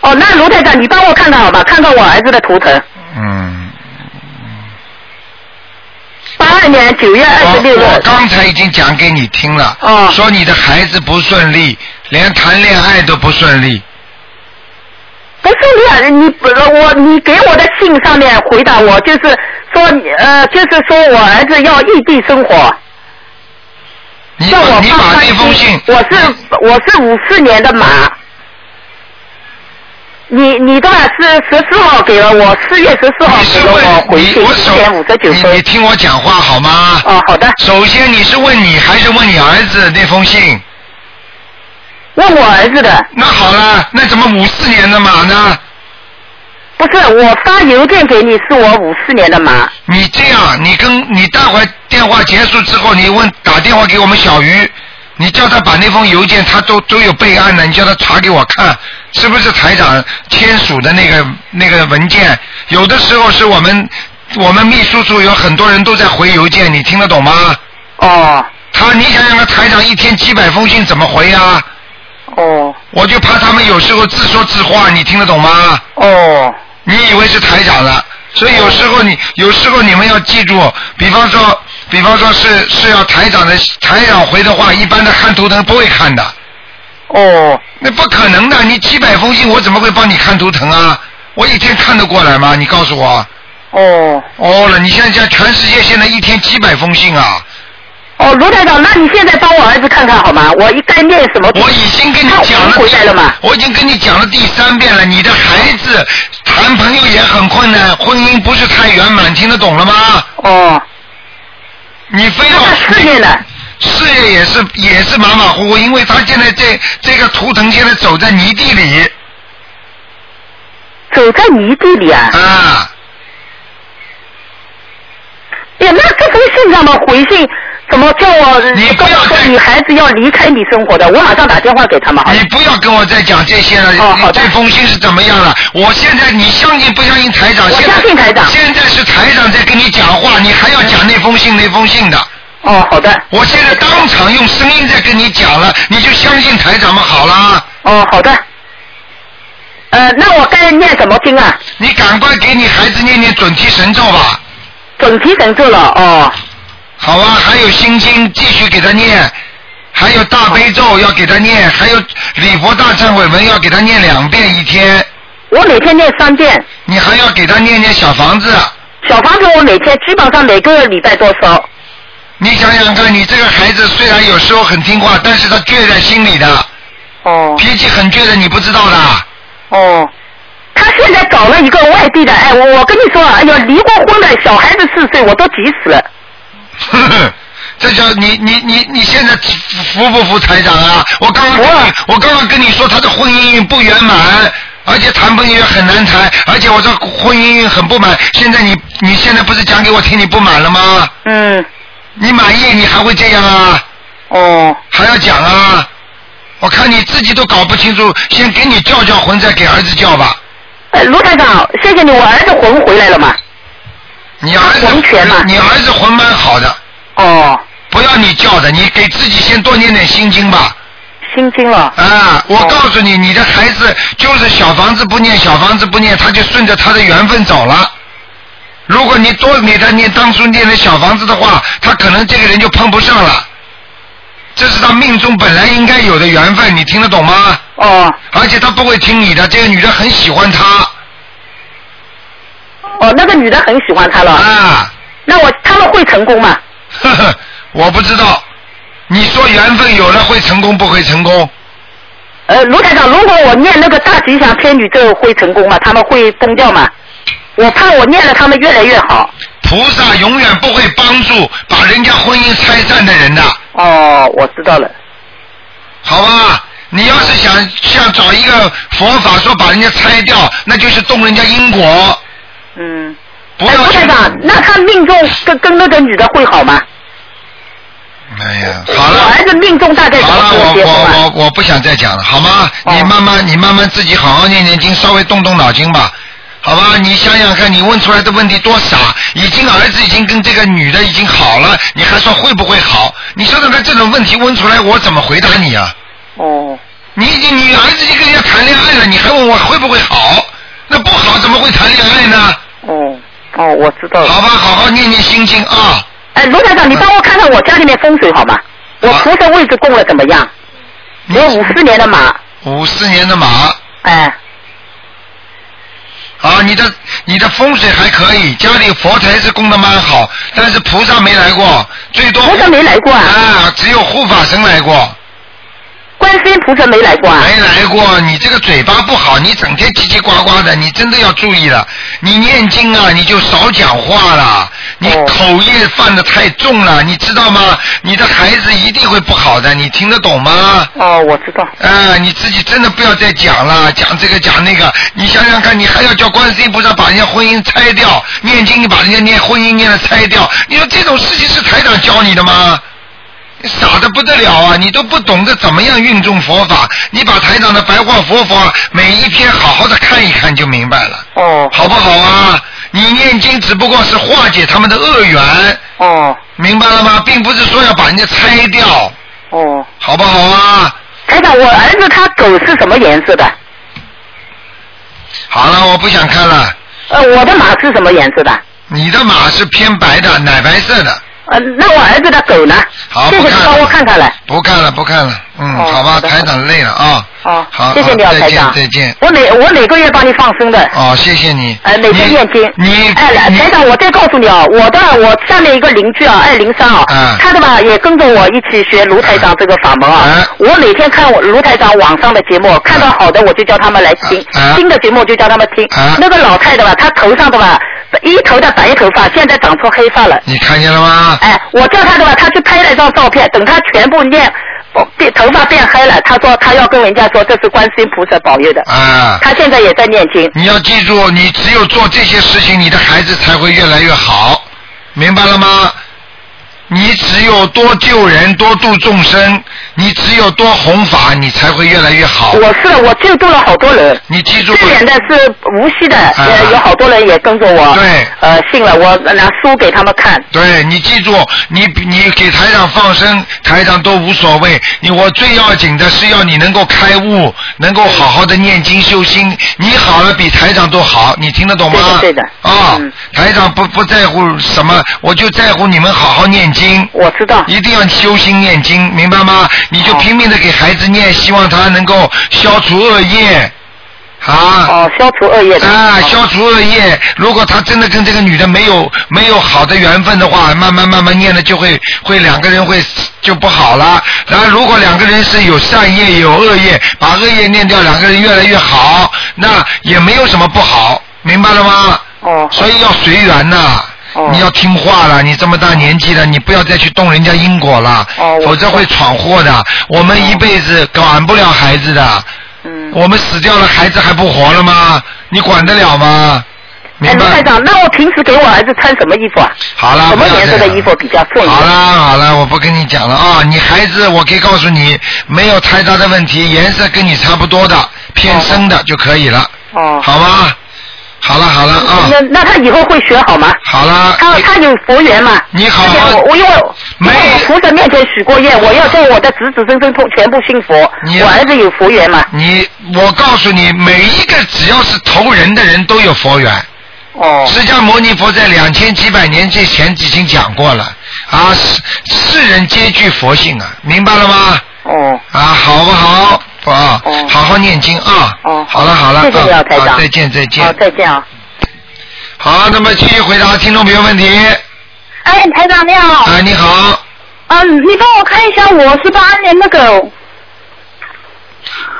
D: 哦，那卢台长，你帮我看看好吧，看看我儿子的图腾，
A: 嗯。
D: 八二年九月二十六
A: 我我
D: 日，
A: 刚才已经讲给你听了，
D: 哦
A: 说你的孩子不顺利，连谈恋爱都不顺利，
D: 不是你，你不我你给我的信上面回答我，就是说呃，就是说我儿子要异地生活，
A: 你
D: 叫
A: 把
D: 我
A: 你
D: 放
A: 把
D: 宽
A: 那封信
D: 心。我是我是五四年的马，你你的是十四号给了我，四月十四号
A: 你
D: 给
A: 是
D: 了我
A: 问
D: 回
A: 你
D: 信
A: 我
D: 一点五十九
A: 首你你
D: 分。
A: 听我讲话好吗？
D: 哦，好的，
A: 首先你是问你还是问你儿子那封信？
D: 问我儿子的，
A: 那好了，那怎么五四年的马呢？
D: 不是我发邮件给你，是我五四年的马。
A: 你这样，你跟你待会儿电话结束之后，你问打电话给我们小鱼，你叫他把那封邮件，他都都有备案的，你叫他查给我看，是不是台长签署的那个那个文件？有的时候是我们我们秘书处有很多人都在回邮件，你听得懂吗？
D: 哦
A: 他，你想想看，台长一天几百封信怎么回啊？
D: 哦
A: 我就怕他们有时候自说自话，你听得懂吗？
D: 哦
A: 你以为是台长了，所以有时候你有时候你们要记住，比方说，比方说是是要台长的台长回的话，一般的看图腾不会看的，
D: 哦
A: 那不可能的。你几百封信，我怎么会帮你看图腾啊？我一天看得过来吗？你告诉我。
D: 哦
A: 哦了，你现在讲全世界现在一天几百封信啊！
D: 哦，卢台长，那你现在帮我儿子看看好吗？我应该念什么？
A: 我已经跟你
D: 啊他
A: 讲了
D: 回来了吗？
A: 我已经跟你讲了第三遍了，你的孩子谈朋友也很困难，婚姻不是太圆满，听得懂了吗？
D: 哦，
A: 你非要
D: 那他四
A: 你
D: 年了。
A: 事业也是也是马马虎虎，因为他现在这这个图腾现在走在泥地里
D: 走在泥地里啊！
A: 啊，
D: 哎呀，那这封信上的回信怎么叫我
A: 你不
D: 跟
A: 要
D: 我说
A: 再
D: 你孩子要离开你生活的？我马上打电话给他们好了
A: 你。不要跟我再讲这些了，
D: 哦
A: 你
D: 好的
A: 这封信是怎么样了？我现在你相信不相信台长？
D: 我
A: 现在
D: 相信台长
A: 现在是台长在跟你讲话，你还要讲那封信那封信的。
D: 哦，好的，
A: 我现在当场用声音在跟你讲了，你就相信台长们好了。
D: 哦，好的。呃，那我该念什么经啊？
A: 你赶快给你孩子念念准提神咒吧，
D: 准提神咒了哦。
A: 好吧？还有心经继续给他念，还有大悲咒要给他念，还有礼佛大忏悔文要给他念两遍一天，
D: 我每天念三遍，
A: 你还要给他念念小房子。
D: 小房子我每天基本上每个礼拜都烧。
A: 你想想看，你这个孩子虽然有时候很听话，但是他倔在心里的，
D: 哦
A: 脾气很倔的，你不知道的。
D: 哦。他现在找了一个外地的，哎，我我跟你说啊，哎呀，离过婚的小孩子四岁，我都急死了。
A: 呵呵， 这叫你你你你现在服不服台长啊？我刚刚跟你我刚刚跟你说他的婚姻不圆满，而且谈朋友也很难谈，而且我这婚姻很不满。现在你你现在不是讲给我听你不满了吗？
D: 嗯，
A: 你满意你还会这样啊？
D: 哦。
A: 还要讲啊？我看你自己都搞不清楚，先给你叫叫魂，再给儿子叫吧。
D: 哎，卢台长，谢谢你，我儿子魂回来了嘛？
A: 你儿子
D: 魂全嘛
A: 你你儿子魂蛮好的，
D: 哦，
A: 不要你叫的，你给自己先多念点心经吧。
D: 心经了。
A: 啊，我
D: 哦
A: 告诉你，你的孩子就是小房子不念，小房子不念，他就顺着他的缘分走了。如果你多给他念当初念的小房子的话，他可能这个人就碰不上了。这是他命中本来应该有的缘分，你听得懂吗？
D: 哦
A: 而且他不会听你的，这个女的很喜欢他
D: 哦，那个女的很喜欢他了。
A: 啊。
D: 那我他们会成功吗？
A: 呵呵， 我不知道，你说缘分有了会成功不会成功？
D: 呃，卢台长，如果我念那个大吉祥天女咒会成功吗？他们会崩掉吗？我怕我念了他们越来越好。
A: 菩萨永远不会帮助把人家婚姻拆散的人的。
D: 哦，我知道了。
A: 好吧，你要是想想找一个佛法说把人家拆掉，那就是动人家因果，
D: 嗯。
A: 不
D: 哎，
A: 要
D: 卢
A: 去
D: 台。长，那他命中跟跟那个女的会好吗？
A: 哎呀，好
B: 我
A: 了。
D: 哎
B: 儿子命中大概什
A: 好
B: 么
A: 了，
B: 时候结婚啊？
A: 我我我我不想再讲了，好吗？你慢慢你慢慢自己好好念念经，稍微动动脑筋吧，好吧？你想想看，你问出来的问题多傻！已经儿子已经跟这个女的已经好了，你还说会不会好？你说说看，这种问题问出来，我怎么回答你啊？
B: 哦，
A: 你已经你儿子已经跟人家谈恋爱了，你还问我会不会好？那不好怎么会谈恋爱呢？
B: 哦，哦，我知道了。
A: 好吧，好好念念心经啊！
B: 哎，卢台长，你帮我看看我家里面风水好吗？我菩萨位置供了怎么样？
A: 你
B: 五四年的马，
A: 五四年的马。
B: 哎，
A: 啊，你的你的风水还可以，家里佛台是供的蛮好，但是菩萨没来过，最多
B: 菩萨没来过啊，
A: 啊，只有护法神来过，
B: 观世音菩萨没来过啊。
A: 没来过。你这个嘴巴不好，你整天叽叽呱呱的，你真的要注意了。你念经啊，你就少讲话了，你
B: 哦
A: 口业犯的太重了，你知道吗？你的孩子一定会不好的，你听得懂吗？
B: 哦，我知道。
A: 啊，你自己真的不要再讲了，讲这个讲那个，你想想看，你还要叫观世音菩萨把人家婚姻拆掉，念经你把人家念婚姻念的拆掉，你说这种事情是台长教你的吗？你傻的不得了啊！你都不懂得怎么样运用佛法，你把台长的白话佛法每一篇好好的看一看就明白了，
B: 哦
A: 好不好啊？你念经只不过是化解他们的恶缘，
B: 哦
A: 明白了吗？并不是说要把人家拆掉，
B: 哦，
A: 好不好啊？
B: 台长，我儿子他狗是什么颜色的？
A: 好了，我不想看了。
B: 呃，我的马是什么颜色的？
A: 你的马是偏白的，奶白色的。
B: 呃，那我儿子的狗呢？
A: 好，
B: 谢谢
A: 不
B: 你
A: 看了。
B: 帮我啊看看了。
A: 不看了，不看了。嗯，
B: 哦
A: 好吧，
B: 好的
A: 台长累了啊。
B: 哦，
A: 好，
B: 谢谢你啊，
A: 好再
B: 台
A: 见
B: 长。，
A: 再见。
B: 我每我每个月帮你放生的。
A: 哦，谢谢你。
B: 呃，每天
A: 你
B: 念经。
A: 你
B: 哎，来台长，我再告诉你哦，我的我下面一个邻居啊，二零三啊
A: 嗯，
B: 他的吧也跟着我一起学卢台长这个法门啊
A: 嗯。
B: 我每天看我卢台长网上的节目，看到好的我就叫他们来听
A: 嗯，
B: 新的节目就叫他们听
A: 嗯。
B: 那个老太太吧，她头上的吧一头的白头发，现在长出黑发了。
A: 你看见了吗？
B: 哎，我叫他的吧，他去拍了一张照片，等他全部念，哦变头发变黑了，他说他要跟人家说这是观世音菩萨保佑的。
A: 啊，
B: 他现在也在念 经。
A: 你要记住，你只有做这些事情，你的孩子才会越来越好，明白了吗？你只有多救人，多度众生，你只有多弘法，你才会越来越好。
B: 我是的我救度了好多人。
A: 你记住
B: 最，远的是无锡的，
A: 啊
B: 呃，有好多人也跟着我，
A: 对
B: 呃，信了，我拿书给他们看，
A: 对你记住，你你给台长放生，台长都无所谓。你我最要紧的是要你能够开悟，能够好好的念经修心。你好了比台长都好，你听得懂吗？
B: 对的对的
A: 啊、
B: 嗯
A: 台长不不在乎什么，我就在乎你们好好念经。
B: 我知道。
A: 一定要修心念经，明白吗？你就
B: 哦
A: 拼命的给孩子念，希望他能够消除恶业，啊。
B: 哦，消除恶业的。
A: 啊，消除恶业。如果他真的跟这个女的没有没有好的缘分的话，慢慢慢慢念了就会会两个人会就不好了。然后如果两个人是有善业有恶业，把恶业念掉，两个人越来越好，那也没有什么不好，明白了吗？
B: 哦，
A: 所以要随缘呐、
B: 哦
A: 你要听话了，你这么大年纪了，你不要再去动人家因果了，
B: 哦我
A: 否则会闯祸的。我们一辈子管不了孩子的，
B: 嗯。
A: 我们死掉了，孩子还不活了吗？你管得了吗？
B: 哎，
A: 明
B: 卢
A: 白
B: 台？长，那我平时给我儿子穿什么衣服啊？
A: 好了，
B: 什么
A: 不要
B: 颜色
A: 这
B: 的
A: 样
B: 衣服比较顺眼？
A: 好啦好啦，我不跟你讲了啊！你孩子，我可以告诉你，没有太大的问题，颜色跟你差不多的，偏深的就可以了，
B: 哦。
A: 好吗？好了好了啊
B: 那，那他以后会学好吗？
A: 好了，
B: 他他有佛缘嘛？
A: 你好
B: 而且我我因为
A: 啊没啊
B: 因为我菩萨面前许过愿，我要在我的子子孙孙通全部信佛。
A: 你
B: 我儿子有佛缘嘛？
A: 你，我告诉你，每一个只要是投人的人都有佛缘。
B: 哦
A: 释迦牟尼佛在两千几百年之前已经讲过了啊，世世人皆具佛性啊，明白了吗？
B: 哦。
A: 啊，好不好？不啊，
B: 哦
A: 好好念经啊。
B: 哦
A: 好了好了，
B: 谢谢你啊
A: 啊
B: 台长
A: 好再见再
B: 好，
A: 见。
B: 再见啊。
A: 好，那么继续回答听众朋友问题。
F: 哎，台长你好。
A: 啊，你好，
F: 嗯，你帮我看一下，我是八二年哦的狗，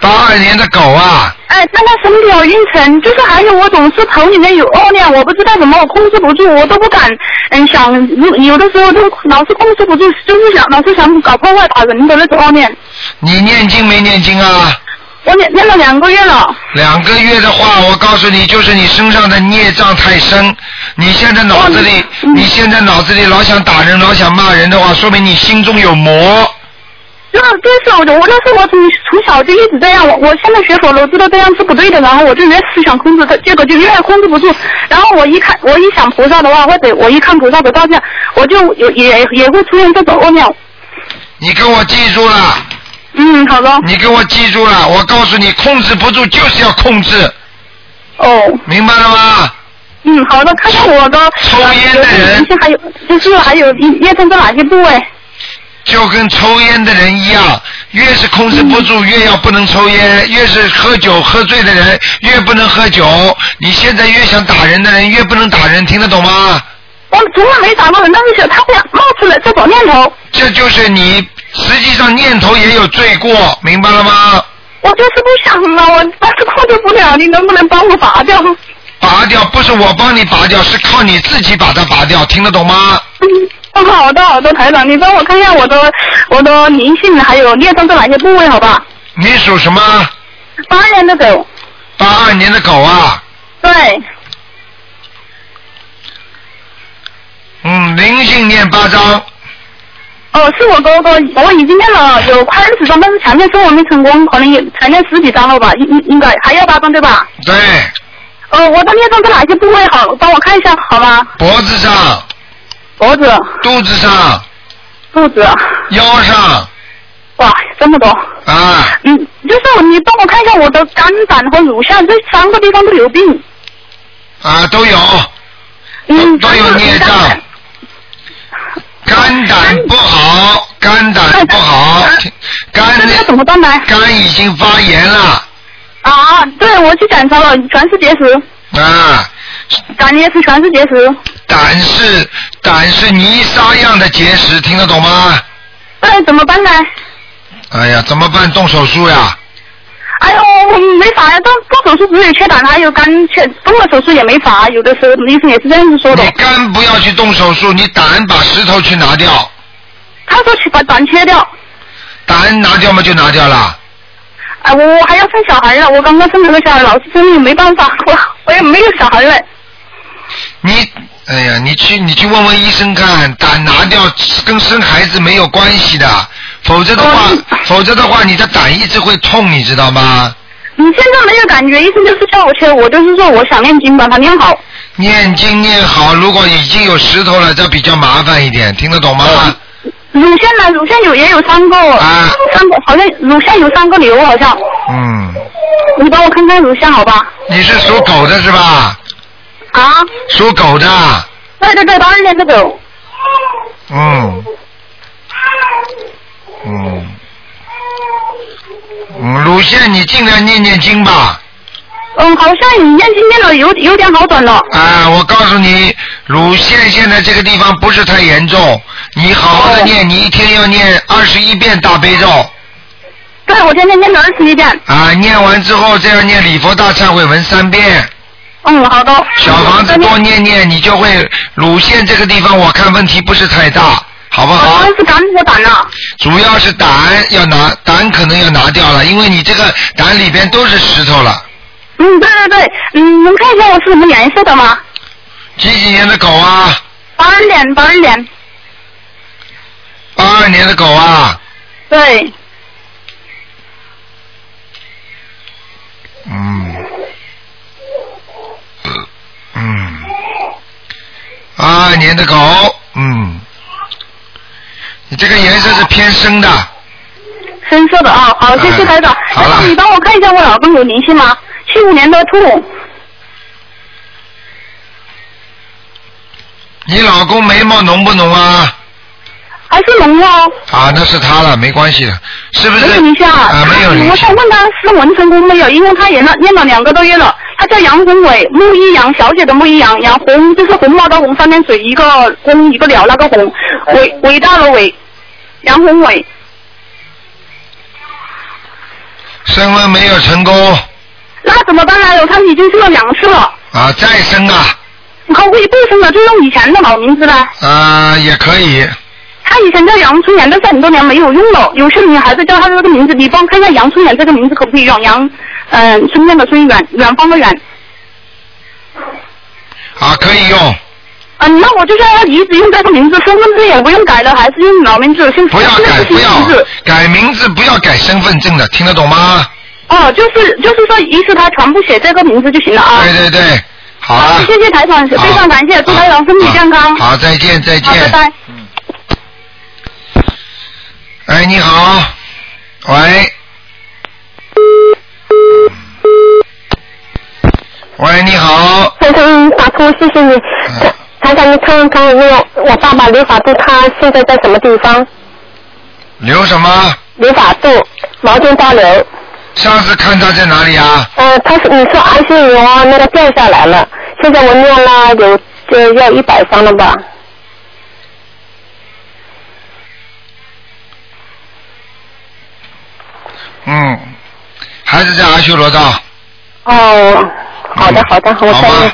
A: 八二年的狗啊，
F: 哎，看看什么表运程，就是还有我总是头里面有恶念，我不知道怎么我控制不住，我都不敢，嗯，想有的时候都老是控制不住，就是想老是想搞破坏打人的那种恶念。
A: 你念经没念经啊？
F: 我念念了两个月了。
A: 两个月的话，我告诉你，就是你身上的孽障太深，你现在脑子里，你现在脑子里老想打人，老想骂人的话，说明你心中有魔。
F: 就是真是我，我那时候我从从小就一直这样，我我现在学佛了，我知道这样是不对的，然后我就越思想控制它，结果就越控制不住。然后我一看，我一想菩萨的话，或者我一看菩萨的照片，我就有也也会出现这种恶念。
A: 你跟我记住了。
F: 嗯，好的。
A: 你跟我记住了，我告诉你，控制不住就是要控制。
F: 哦。
A: 明白了吗？
F: 嗯，好的，看看我的
A: 抽烟的人，
F: 还有就是还有烟嗔在哪些部位？
A: 就跟抽烟的人一样，越是控制不住，越要不能抽烟；越是喝酒喝醉的人，越不能喝酒。你现在越想打人的人，越不能打人，听得懂吗？
F: 我从来没打过人，但是他会冒出来这种念头。
A: 这就是你，实际上念头也有罪过，明白了吗？
F: 我就是不想嘛，我但是控制不了，你能不能帮我拔掉？ 嗯
A: 拔掉不是我帮你拔掉，是靠你自己把它拔掉，听得懂吗？
F: 嗯，好的好的，台长，你帮我看一下我的我的灵性还有念上在哪些部位，好吧？
A: 你属什么？
F: 八年的狗，
A: 八二年的狗啊，
F: 对，
A: 嗯，灵性念八章，
F: 哦，是我哥哥，我已经念了有快二十张，但是前面说我没成功，可能也才念十几张了吧，应应应该还要八张对吧？
A: 对，
F: 哦，我的念上在哪些部位好？帮我看一下好吗？
A: 脖子上、
F: 脖子、
A: 肚子上、
F: 肚子，
A: 腰上
F: 哇，这么多。
A: 啊，
F: 嗯，就是你帮我看一下我的肝胆和乳腺这三个地方都有病。
A: 啊，都有，
F: 嗯，
A: 都有孽障。肝胆不好，肝胆不好，肝
F: 那要怎么办呢？
A: 肝已经发炎了
F: 啊，对，我去检查了，全是结石，
A: 啊，
F: 胆结石全是结石。
A: 胆是胆是泥沙样的结石，听得懂吗？
F: 对，怎么办呢？
A: 哎呀，怎么办？动手术呀？
F: 哎呦，我没法呀，做做手术只有缺胆，还有肝缺，动了手术也没法，有的时候医生也是这样子说的
A: 你。肝不要去动手术，你胆把石头去拿掉，
F: 他说去把胆切掉，
A: 胆拿掉嘛就拿掉了。
F: 哎，我我还要生小孩了，我刚刚生了个小孩，老是生病，没办法， 我我也没有小孩了。
A: 你，哎呀，你去你去问问医生看，胆拿掉跟生孩子没有关系的，否则的话，否则的话你的胆一直会痛，你知道吗？
F: 你现在没有感觉，医生就是叫我切，我就是说我想念经，把它念好。
A: 念经念好，如果已经有石头了，这比较麻烦一点，听得懂吗？
F: 乳腺呢？乳腺有也有三个，
A: 啊
F: 三个好像乳腺有三个瘤，好像。
A: 嗯，
F: 你帮我看看乳腺好吧？
A: 你是属狗的是吧？
F: 啊，
A: 属狗的，
F: 对对对，八二年的狗。
A: 嗯，嗯，嗯，乳腺你尽量念念经吧。
F: 嗯，好像你念经念了有有点好转了。
A: 啊，我告诉你，乳腺现在这个地方不是太严重，你好好的念，你一天要念二十一遍大悲咒
F: 对，我天天念了二十一遍。
A: 啊，念完之后再要念礼佛大忏悔文三遍。
F: 嗯，好的。
A: 小房子多念念，你就会乳腺这个地方，我看问题不是太大，好不
F: 我
A: 好
F: 当？时赶紧胆了。
A: 主要是胆要拿，胆可能要拿掉了，因为你这个胆里边都是石头了。
F: 嗯，对对对，嗯，能看一下我是什么颜色的吗？
A: 几几年的狗啊？
F: 八二年，八二年，
A: 八二年的狗啊？
F: 对，
A: 嗯，呃嗯，八二年的狗，嗯，你这个颜色是偏深的，
F: 深色的啊。好，谢谢台长。
A: 哎好
F: 台
A: 了
F: 长，你帮我看一下我老公有灵性吗？七五年的兔，
A: 你老公眉毛浓不浓啊？
F: 还是龙哦？
A: 啊，那是他了，没关系的，是不是？
F: 没有灵性
A: 啊，没有
F: 我
A: 灵
F: 想
A: 性。
F: 问他是纹成功没有？因为他也念念了两个多月了。他叫杨宏伟，木一杨小姐的木一杨，杨红就是红毛的红，三点水一个公一个了那个红，
A: 哎
F: 伟伟大的伟，杨宏伟。
A: 升温没有成功
F: 那怎么办呢？他已经去了两次了，
A: 啊，再升啊，
F: 可不可以不生了？就用以前的老名字呢？
A: 呃啊也可以，
I: 他以前叫杨春妍，但是很多年没有用了。有些女孩子叫他这个名字，你帮我看一下杨春妍这个名字可不可以用？杨，嗯、春天的春，远远方的远。
A: 啊，可以用，
I: 嗯，那我就叫他一直用这个名字，身份证也不用改了，还是用老名字，现
A: 不要
I: 现在
A: 改，
I: 是新
A: 不要
I: 名字。
A: 改名字，不要改身份证的，听得懂吗？
I: 哦，就是就是说，一是他全部写这个名字就行了啊。
A: 对对对，好了，
I: 谢谢台长，
A: 好
I: 非常感谢，祝台长身体健康。
A: 好，再见，再
I: 好，拜
A: 见。
I: 拜。
A: 哎，你好，喂，喂，你好，
F: 台长打通，谢谢你。
A: 嗯
F: 台台长，你看看我我爸爸刘法度他现在在什么地方？
A: 刘什么？
F: 刘法度，毛巾大刘。
A: 上次看他在哪里啊？
F: 呃，他是你说还是我啊那个掉下来了？现在我念了有这要一百张了吧？
A: 嗯，还是在阿修罗道。
F: 哦，好的好的，我
A: 好
F: 再
A: 吧
F: 念。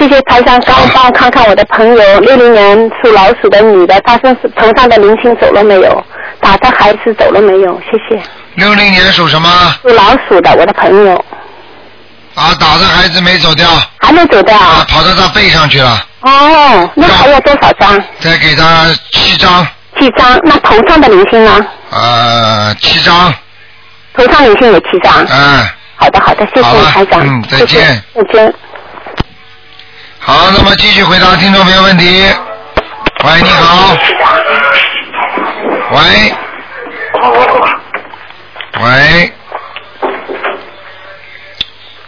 F: 谢谢台上刚帮我看看我的朋友，六零年属老鼠的女的，她身头上的灵性走了没有？打的孩子走了没有？谢谢。
A: 六零年属什么？
F: 属老鼠的我的朋友
A: 啊，打的孩子没走掉，
F: 还没走掉
A: 啊，
F: 啊？
A: 跑到他背上去了，
F: 哦，那还要多少张？
A: 再给他七张，
F: 七张。那头上的灵性呢？
A: 呃，七张，
F: 头上灵性有七张。
A: 嗯，
F: 好的好的，谢谢
A: 好了
F: 你台长。
A: 嗯再
F: 谢谢
A: 见。
F: 再见。
A: 好，那么继续回答听众朋友问题。喂，你好。喂。喂。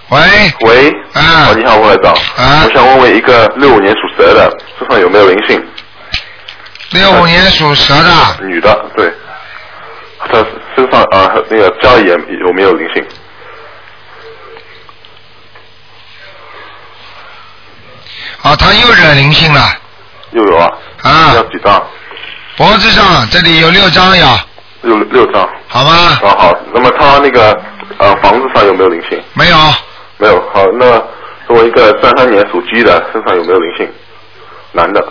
A: 喂，
J: 喂，
A: 啊
J: 哦你好，吴台长，
A: 啊
J: 我想问问一个六五年属蛇的，身上有没有灵性？
A: 六五年属蛇的，
J: 女的，对，她身上啊、呃那个家里也有没有灵性？
A: 啊，他又惹灵性了，
J: 又有啊，
A: 啊
J: 要几张？
A: 脖子上这里有六张呀，
J: 六六张。
A: 好吗？
J: 啊好，那么她那个呃房子上有没有灵性？
A: 没有，
J: 没有。好，那作为一个三三年属鸡的，身上有没有灵性？男的，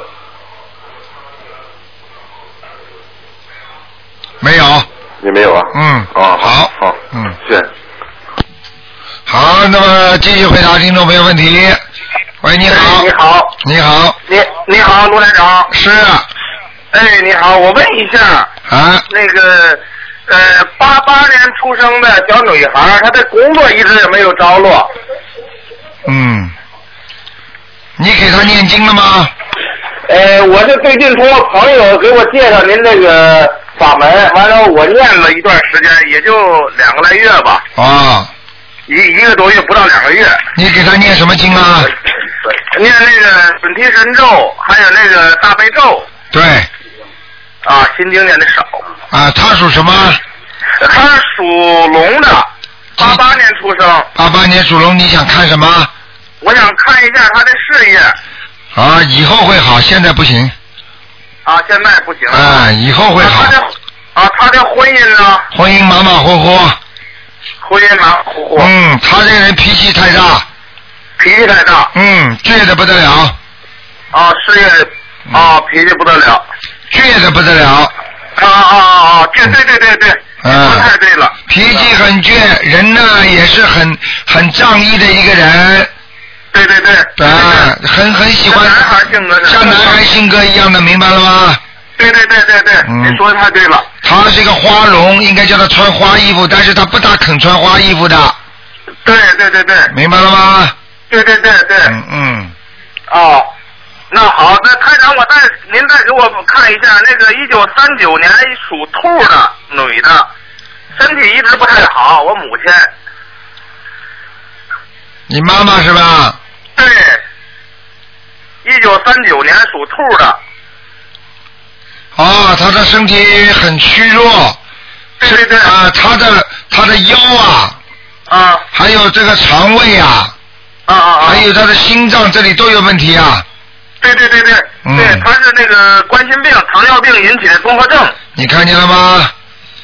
A: 没有，
J: 也没有啊。
A: 嗯
J: 啊，
A: 好
J: 好，
A: 嗯
J: 谢谢。
A: 好，那么继续回答听众朋友问题。喂，哎你好，
K: 哎你好，
A: 你好，
K: 你你好，卢台长。
A: 是
K: 哎，你好，我问一下，
A: 啊，
K: 那个呃，八八年出生的小女孩，她的工作一直也没有着落。
A: 嗯，你给他念经了吗？
K: 呃，我是最近通过朋友给我介绍您这个法门，完了我念了一段时间，也就两个来月吧，
A: 啊、
K: 一一个多月不到两个月。
A: 你给他念什么经啊？
K: 念那个准提神咒，还有那个大悲咒
A: 对，
K: 啊，心经念的少。
A: 啊，他属什么？
K: 他属龙的，八八年出生。
A: 八八年属龙，你想看什么？
K: 我想看一下他的事业
A: 啊，以后会好，现在不行。
K: 啊，现在不行。
A: 啊，以后会
K: 那
A: 好
K: 他。的啊，他的婚姻呢？
A: 婚姻马马虎虎。
K: 婚姻马马虎虎，
A: 嗯，他这个人脾气太大，
K: 脾气太大
A: 嗯，倔的不得了，
K: 啊，事
A: 嗯
K: 业啊，脾气不得了。
A: 倔的不得了，
K: 啊啊啊啊！对对对对对，
A: 嗯
K: 你说太对了。
A: 脾气很倔，人呢也是很很仗义的一个人，
K: 对对对。
A: 啊，很很喜欢
K: 像男孩性格
A: 像男孩性格一样的，明白了吗？
K: 对对对对对，
A: 嗯
K: 你说的太对了。
A: 他是一个花龙，应该叫他穿花衣服，但是他不大肯穿花衣服的，
K: 对对对对，
A: 明白了吗？
K: 对对对对。
A: 嗯嗯，
K: 哦，那好，那台长，我再您再给我看一下那个一九三九年属兔的女的，身体一直不太好，我母亲。
A: 你妈妈是吧？
K: 对，一九三九年属兔的，
A: 啊，她的身体很虚弱，
K: 对对对，
A: 啊，她的她的腰啊，
K: 啊
A: 还有这个肠胃啊，
K: 啊啊啊
A: 还，有她的心脏这里都有问题啊。
K: 对对对对，
A: 嗯
K: 对，她是那个冠心病、糖尿病引起的综合症，
A: 你看见了吗？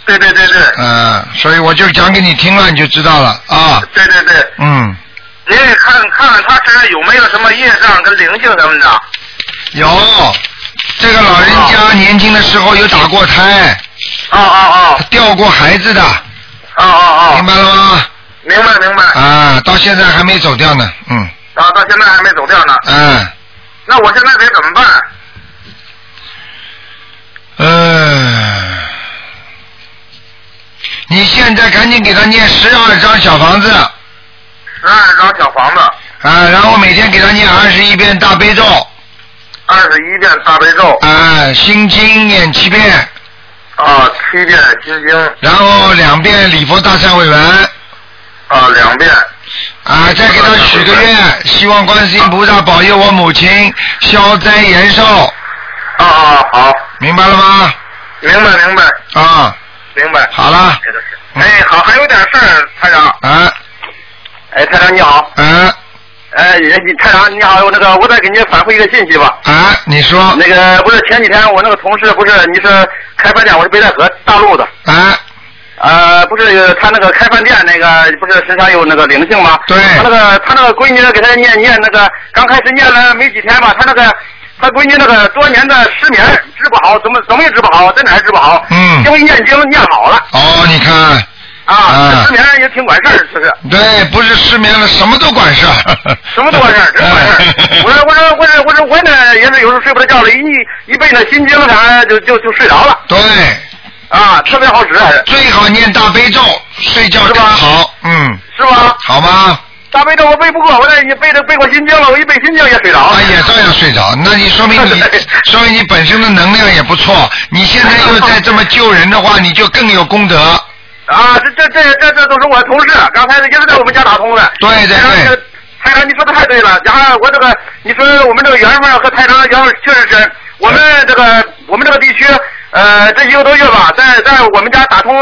K: 对对对对，
A: 嗯、所以我就讲给你听了，你就知道了啊。
K: 对对对，
A: 嗯，
K: 您也看看看她身上有没有什么业障跟灵性什么的，
A: 有，这个老人家年轻的时候有打过胎。
K: 哦哦
A: 哦。掉过孩子的。
K: 哦哦嗯
A: 哦。明白了吗？
K: 明白明白。
A: 啊，到现在还没走掉呢，嗯
K: 啊，到现在还没走掉呢。
A: 嗯。
K: 那我现在得怎么办？
A: 嗯，你现在赶紧给他念十二张小房子啊，
K: 十二张小房子，
A: 然后每天给他念二十一遍大悲咒，
K: 二十一遍大悲咒，
A: 啊，心经念七遍，
K: 啊，七遍心经，
A: 然后两遍礼佛大忏悔文，
K: 啊，两遍，
A: 啊，再给他许个愿，希望观世音菩萨保佑我母亲消灾延寿。
K: 啊啊，好，
A: 明白了吗？
K: 明白明白
A: 啊，
K: 明白。
A: 好了
K: 这都是。哎，好，还有点事儿，台长。
A: 啊，
K: 哎，台长你好。
A: 啊。
K: 哎，你台长你好，我那个我再给您反馈一个信息吧。
A: 啊，你说
K: 那个不是前几天我那个同事不是你是开饭店，我是北戴河大陆的。
A: 啊。
K: 呃，不是他那个开饭店那个不是身上有那个灵性吗？
A: 对。
K: 他那个他那个闺女给他念念那个，刚开始念了没几天吧，他那个他闺女那个多年的失眠治不好，怎么怎么也治不好，在哪儿也治不好。
A: 嗯
K: 因为念经念好了
A: 哦，你看，
K: 啊，
A: 啊
K: 这失眠也挺管事儿，这是。
A: 对，不是失眠了，什么都管事儿。哎
K: 什么都管 事儿，真管事儿。我说我说我说我说我呢也是有时候睡不着觉了，一一背那心经啥就就就睡着了
A: 对，
K: 啊，特别好使还是
A: 最好念大悲咒，睡觉
K: 是
A: 更
K: 吧
A: 好。嗯，
K: 是吧？
A: 好吗？
K: 大悲咒我背不过，我这也背着背过心经了，我一背心经也睡着了
A: 啊，。也照样睡着，那你说 明你说明你本身的能量也不错，你现在又在这么救人的话，你就更有功德。
K: 啊，这这这这这都是我同事，刚才也是在我们家打通的。
A: 对对
K: 台长
A: 对，
K: 台长，你说的太对了。然后我这个，你说我们这个缘分和台长的缘分确实是，我们这个我们这个地区，呃，这一个多月吧，在在我们家打通，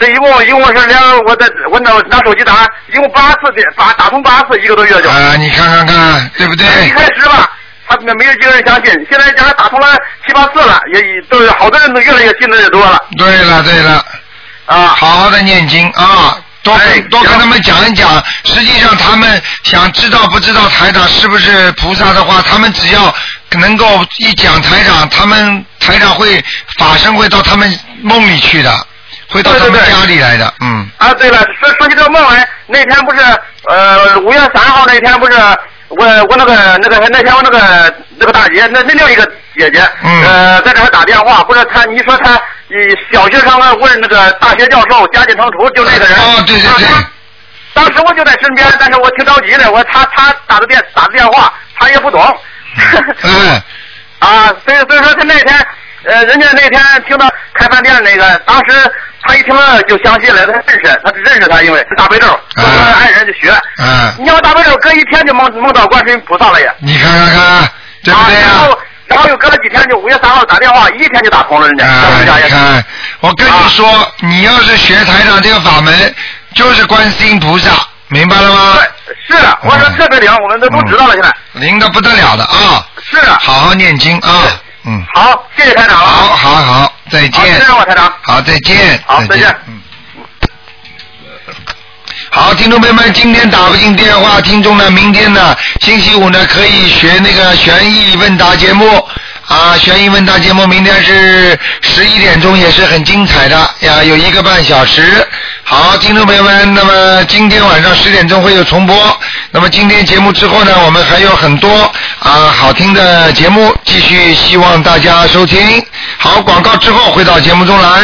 K: 这一共一共是连我的我拿拿手机打，一共八次的打打通八次，一个多月就。
A: 啊，你看看看，对不对？
K: 一开始吧，他们没有几个人相信，现在家打通了七八次了，也也都是好多人都越来越信的也多了
A: 对了对了，
K: 啊。
A: 好好的念经啊。多
K: 哎
A: 跟多跟他们讲一讲，实际上他们想知道不知道台长是不是菩萨的话，他们只要能够一讲台长，他们台长会法身会到他们梦里去的，会到他
K: 对
A: 们
K: 对对
A: 家里来的，嗯。
K: 啊，对了，说说起这个梦来，那天不是呃五月三号那天不是我我那个那个那天我那个那个大姐那那另一个姐姐，
A: 嗯
K: 呃在这还打电话，不是她你说她呃小学生啊问那个大学教授家境成图就那个人，啊
A: 哦，对对对，
K: 当时我就在身边，但是我挺着急的，我她她打的电打的电话，她也不懂，
A: 嗯，
K: 啊，所以所以说他那天，呃，人家那天听到开饭店那个，当时他一听就相信了，他认识，他认识他，因为大悲咒，
A: 啊
K: 我说爱人就学。
A: 嗯，
K: 你要大悲咒，隔一天就梦梦到观世音菩萨了也，
A: 你看看看，对不
K: 啊，
A: 对
K: 然
A: 呀、
K: 后然后又隔了几天，就五月三号打电话，一天就打通了人家，咱
A: 啊，
K: 们家也啊
A: 你看，我跟你说，你要是学台长这个法门，就是观世音菩萨，明白了吗？
K: 是，啊我
A: 嗯
K: 说特别灵，我们都都知道了现在。
A: 灵的不得了的啊！
K: 是，
A: 好好念经啊，嗯，
K: 好，谢谢台长啊。
A: 好好好，再
K: 好，谢
A: 见
K: 谢，我台长。
A: 好再见，
K: 好再见
A: 嗯。好，听众朋友们，今天打不进电话，听众呢，明天呢，星期五呢，可以学那个悬疑问答节目啊，悬疑问答节目明天是十一点钟，也是很精彩的呀，有一个半小时。好，听众朋友们，那么今天晚上十点钟会有重播。那么今天节目之后呢，我们还有很多啊好听的节目，继续希望大家收听。好，广告之后回到节目中来。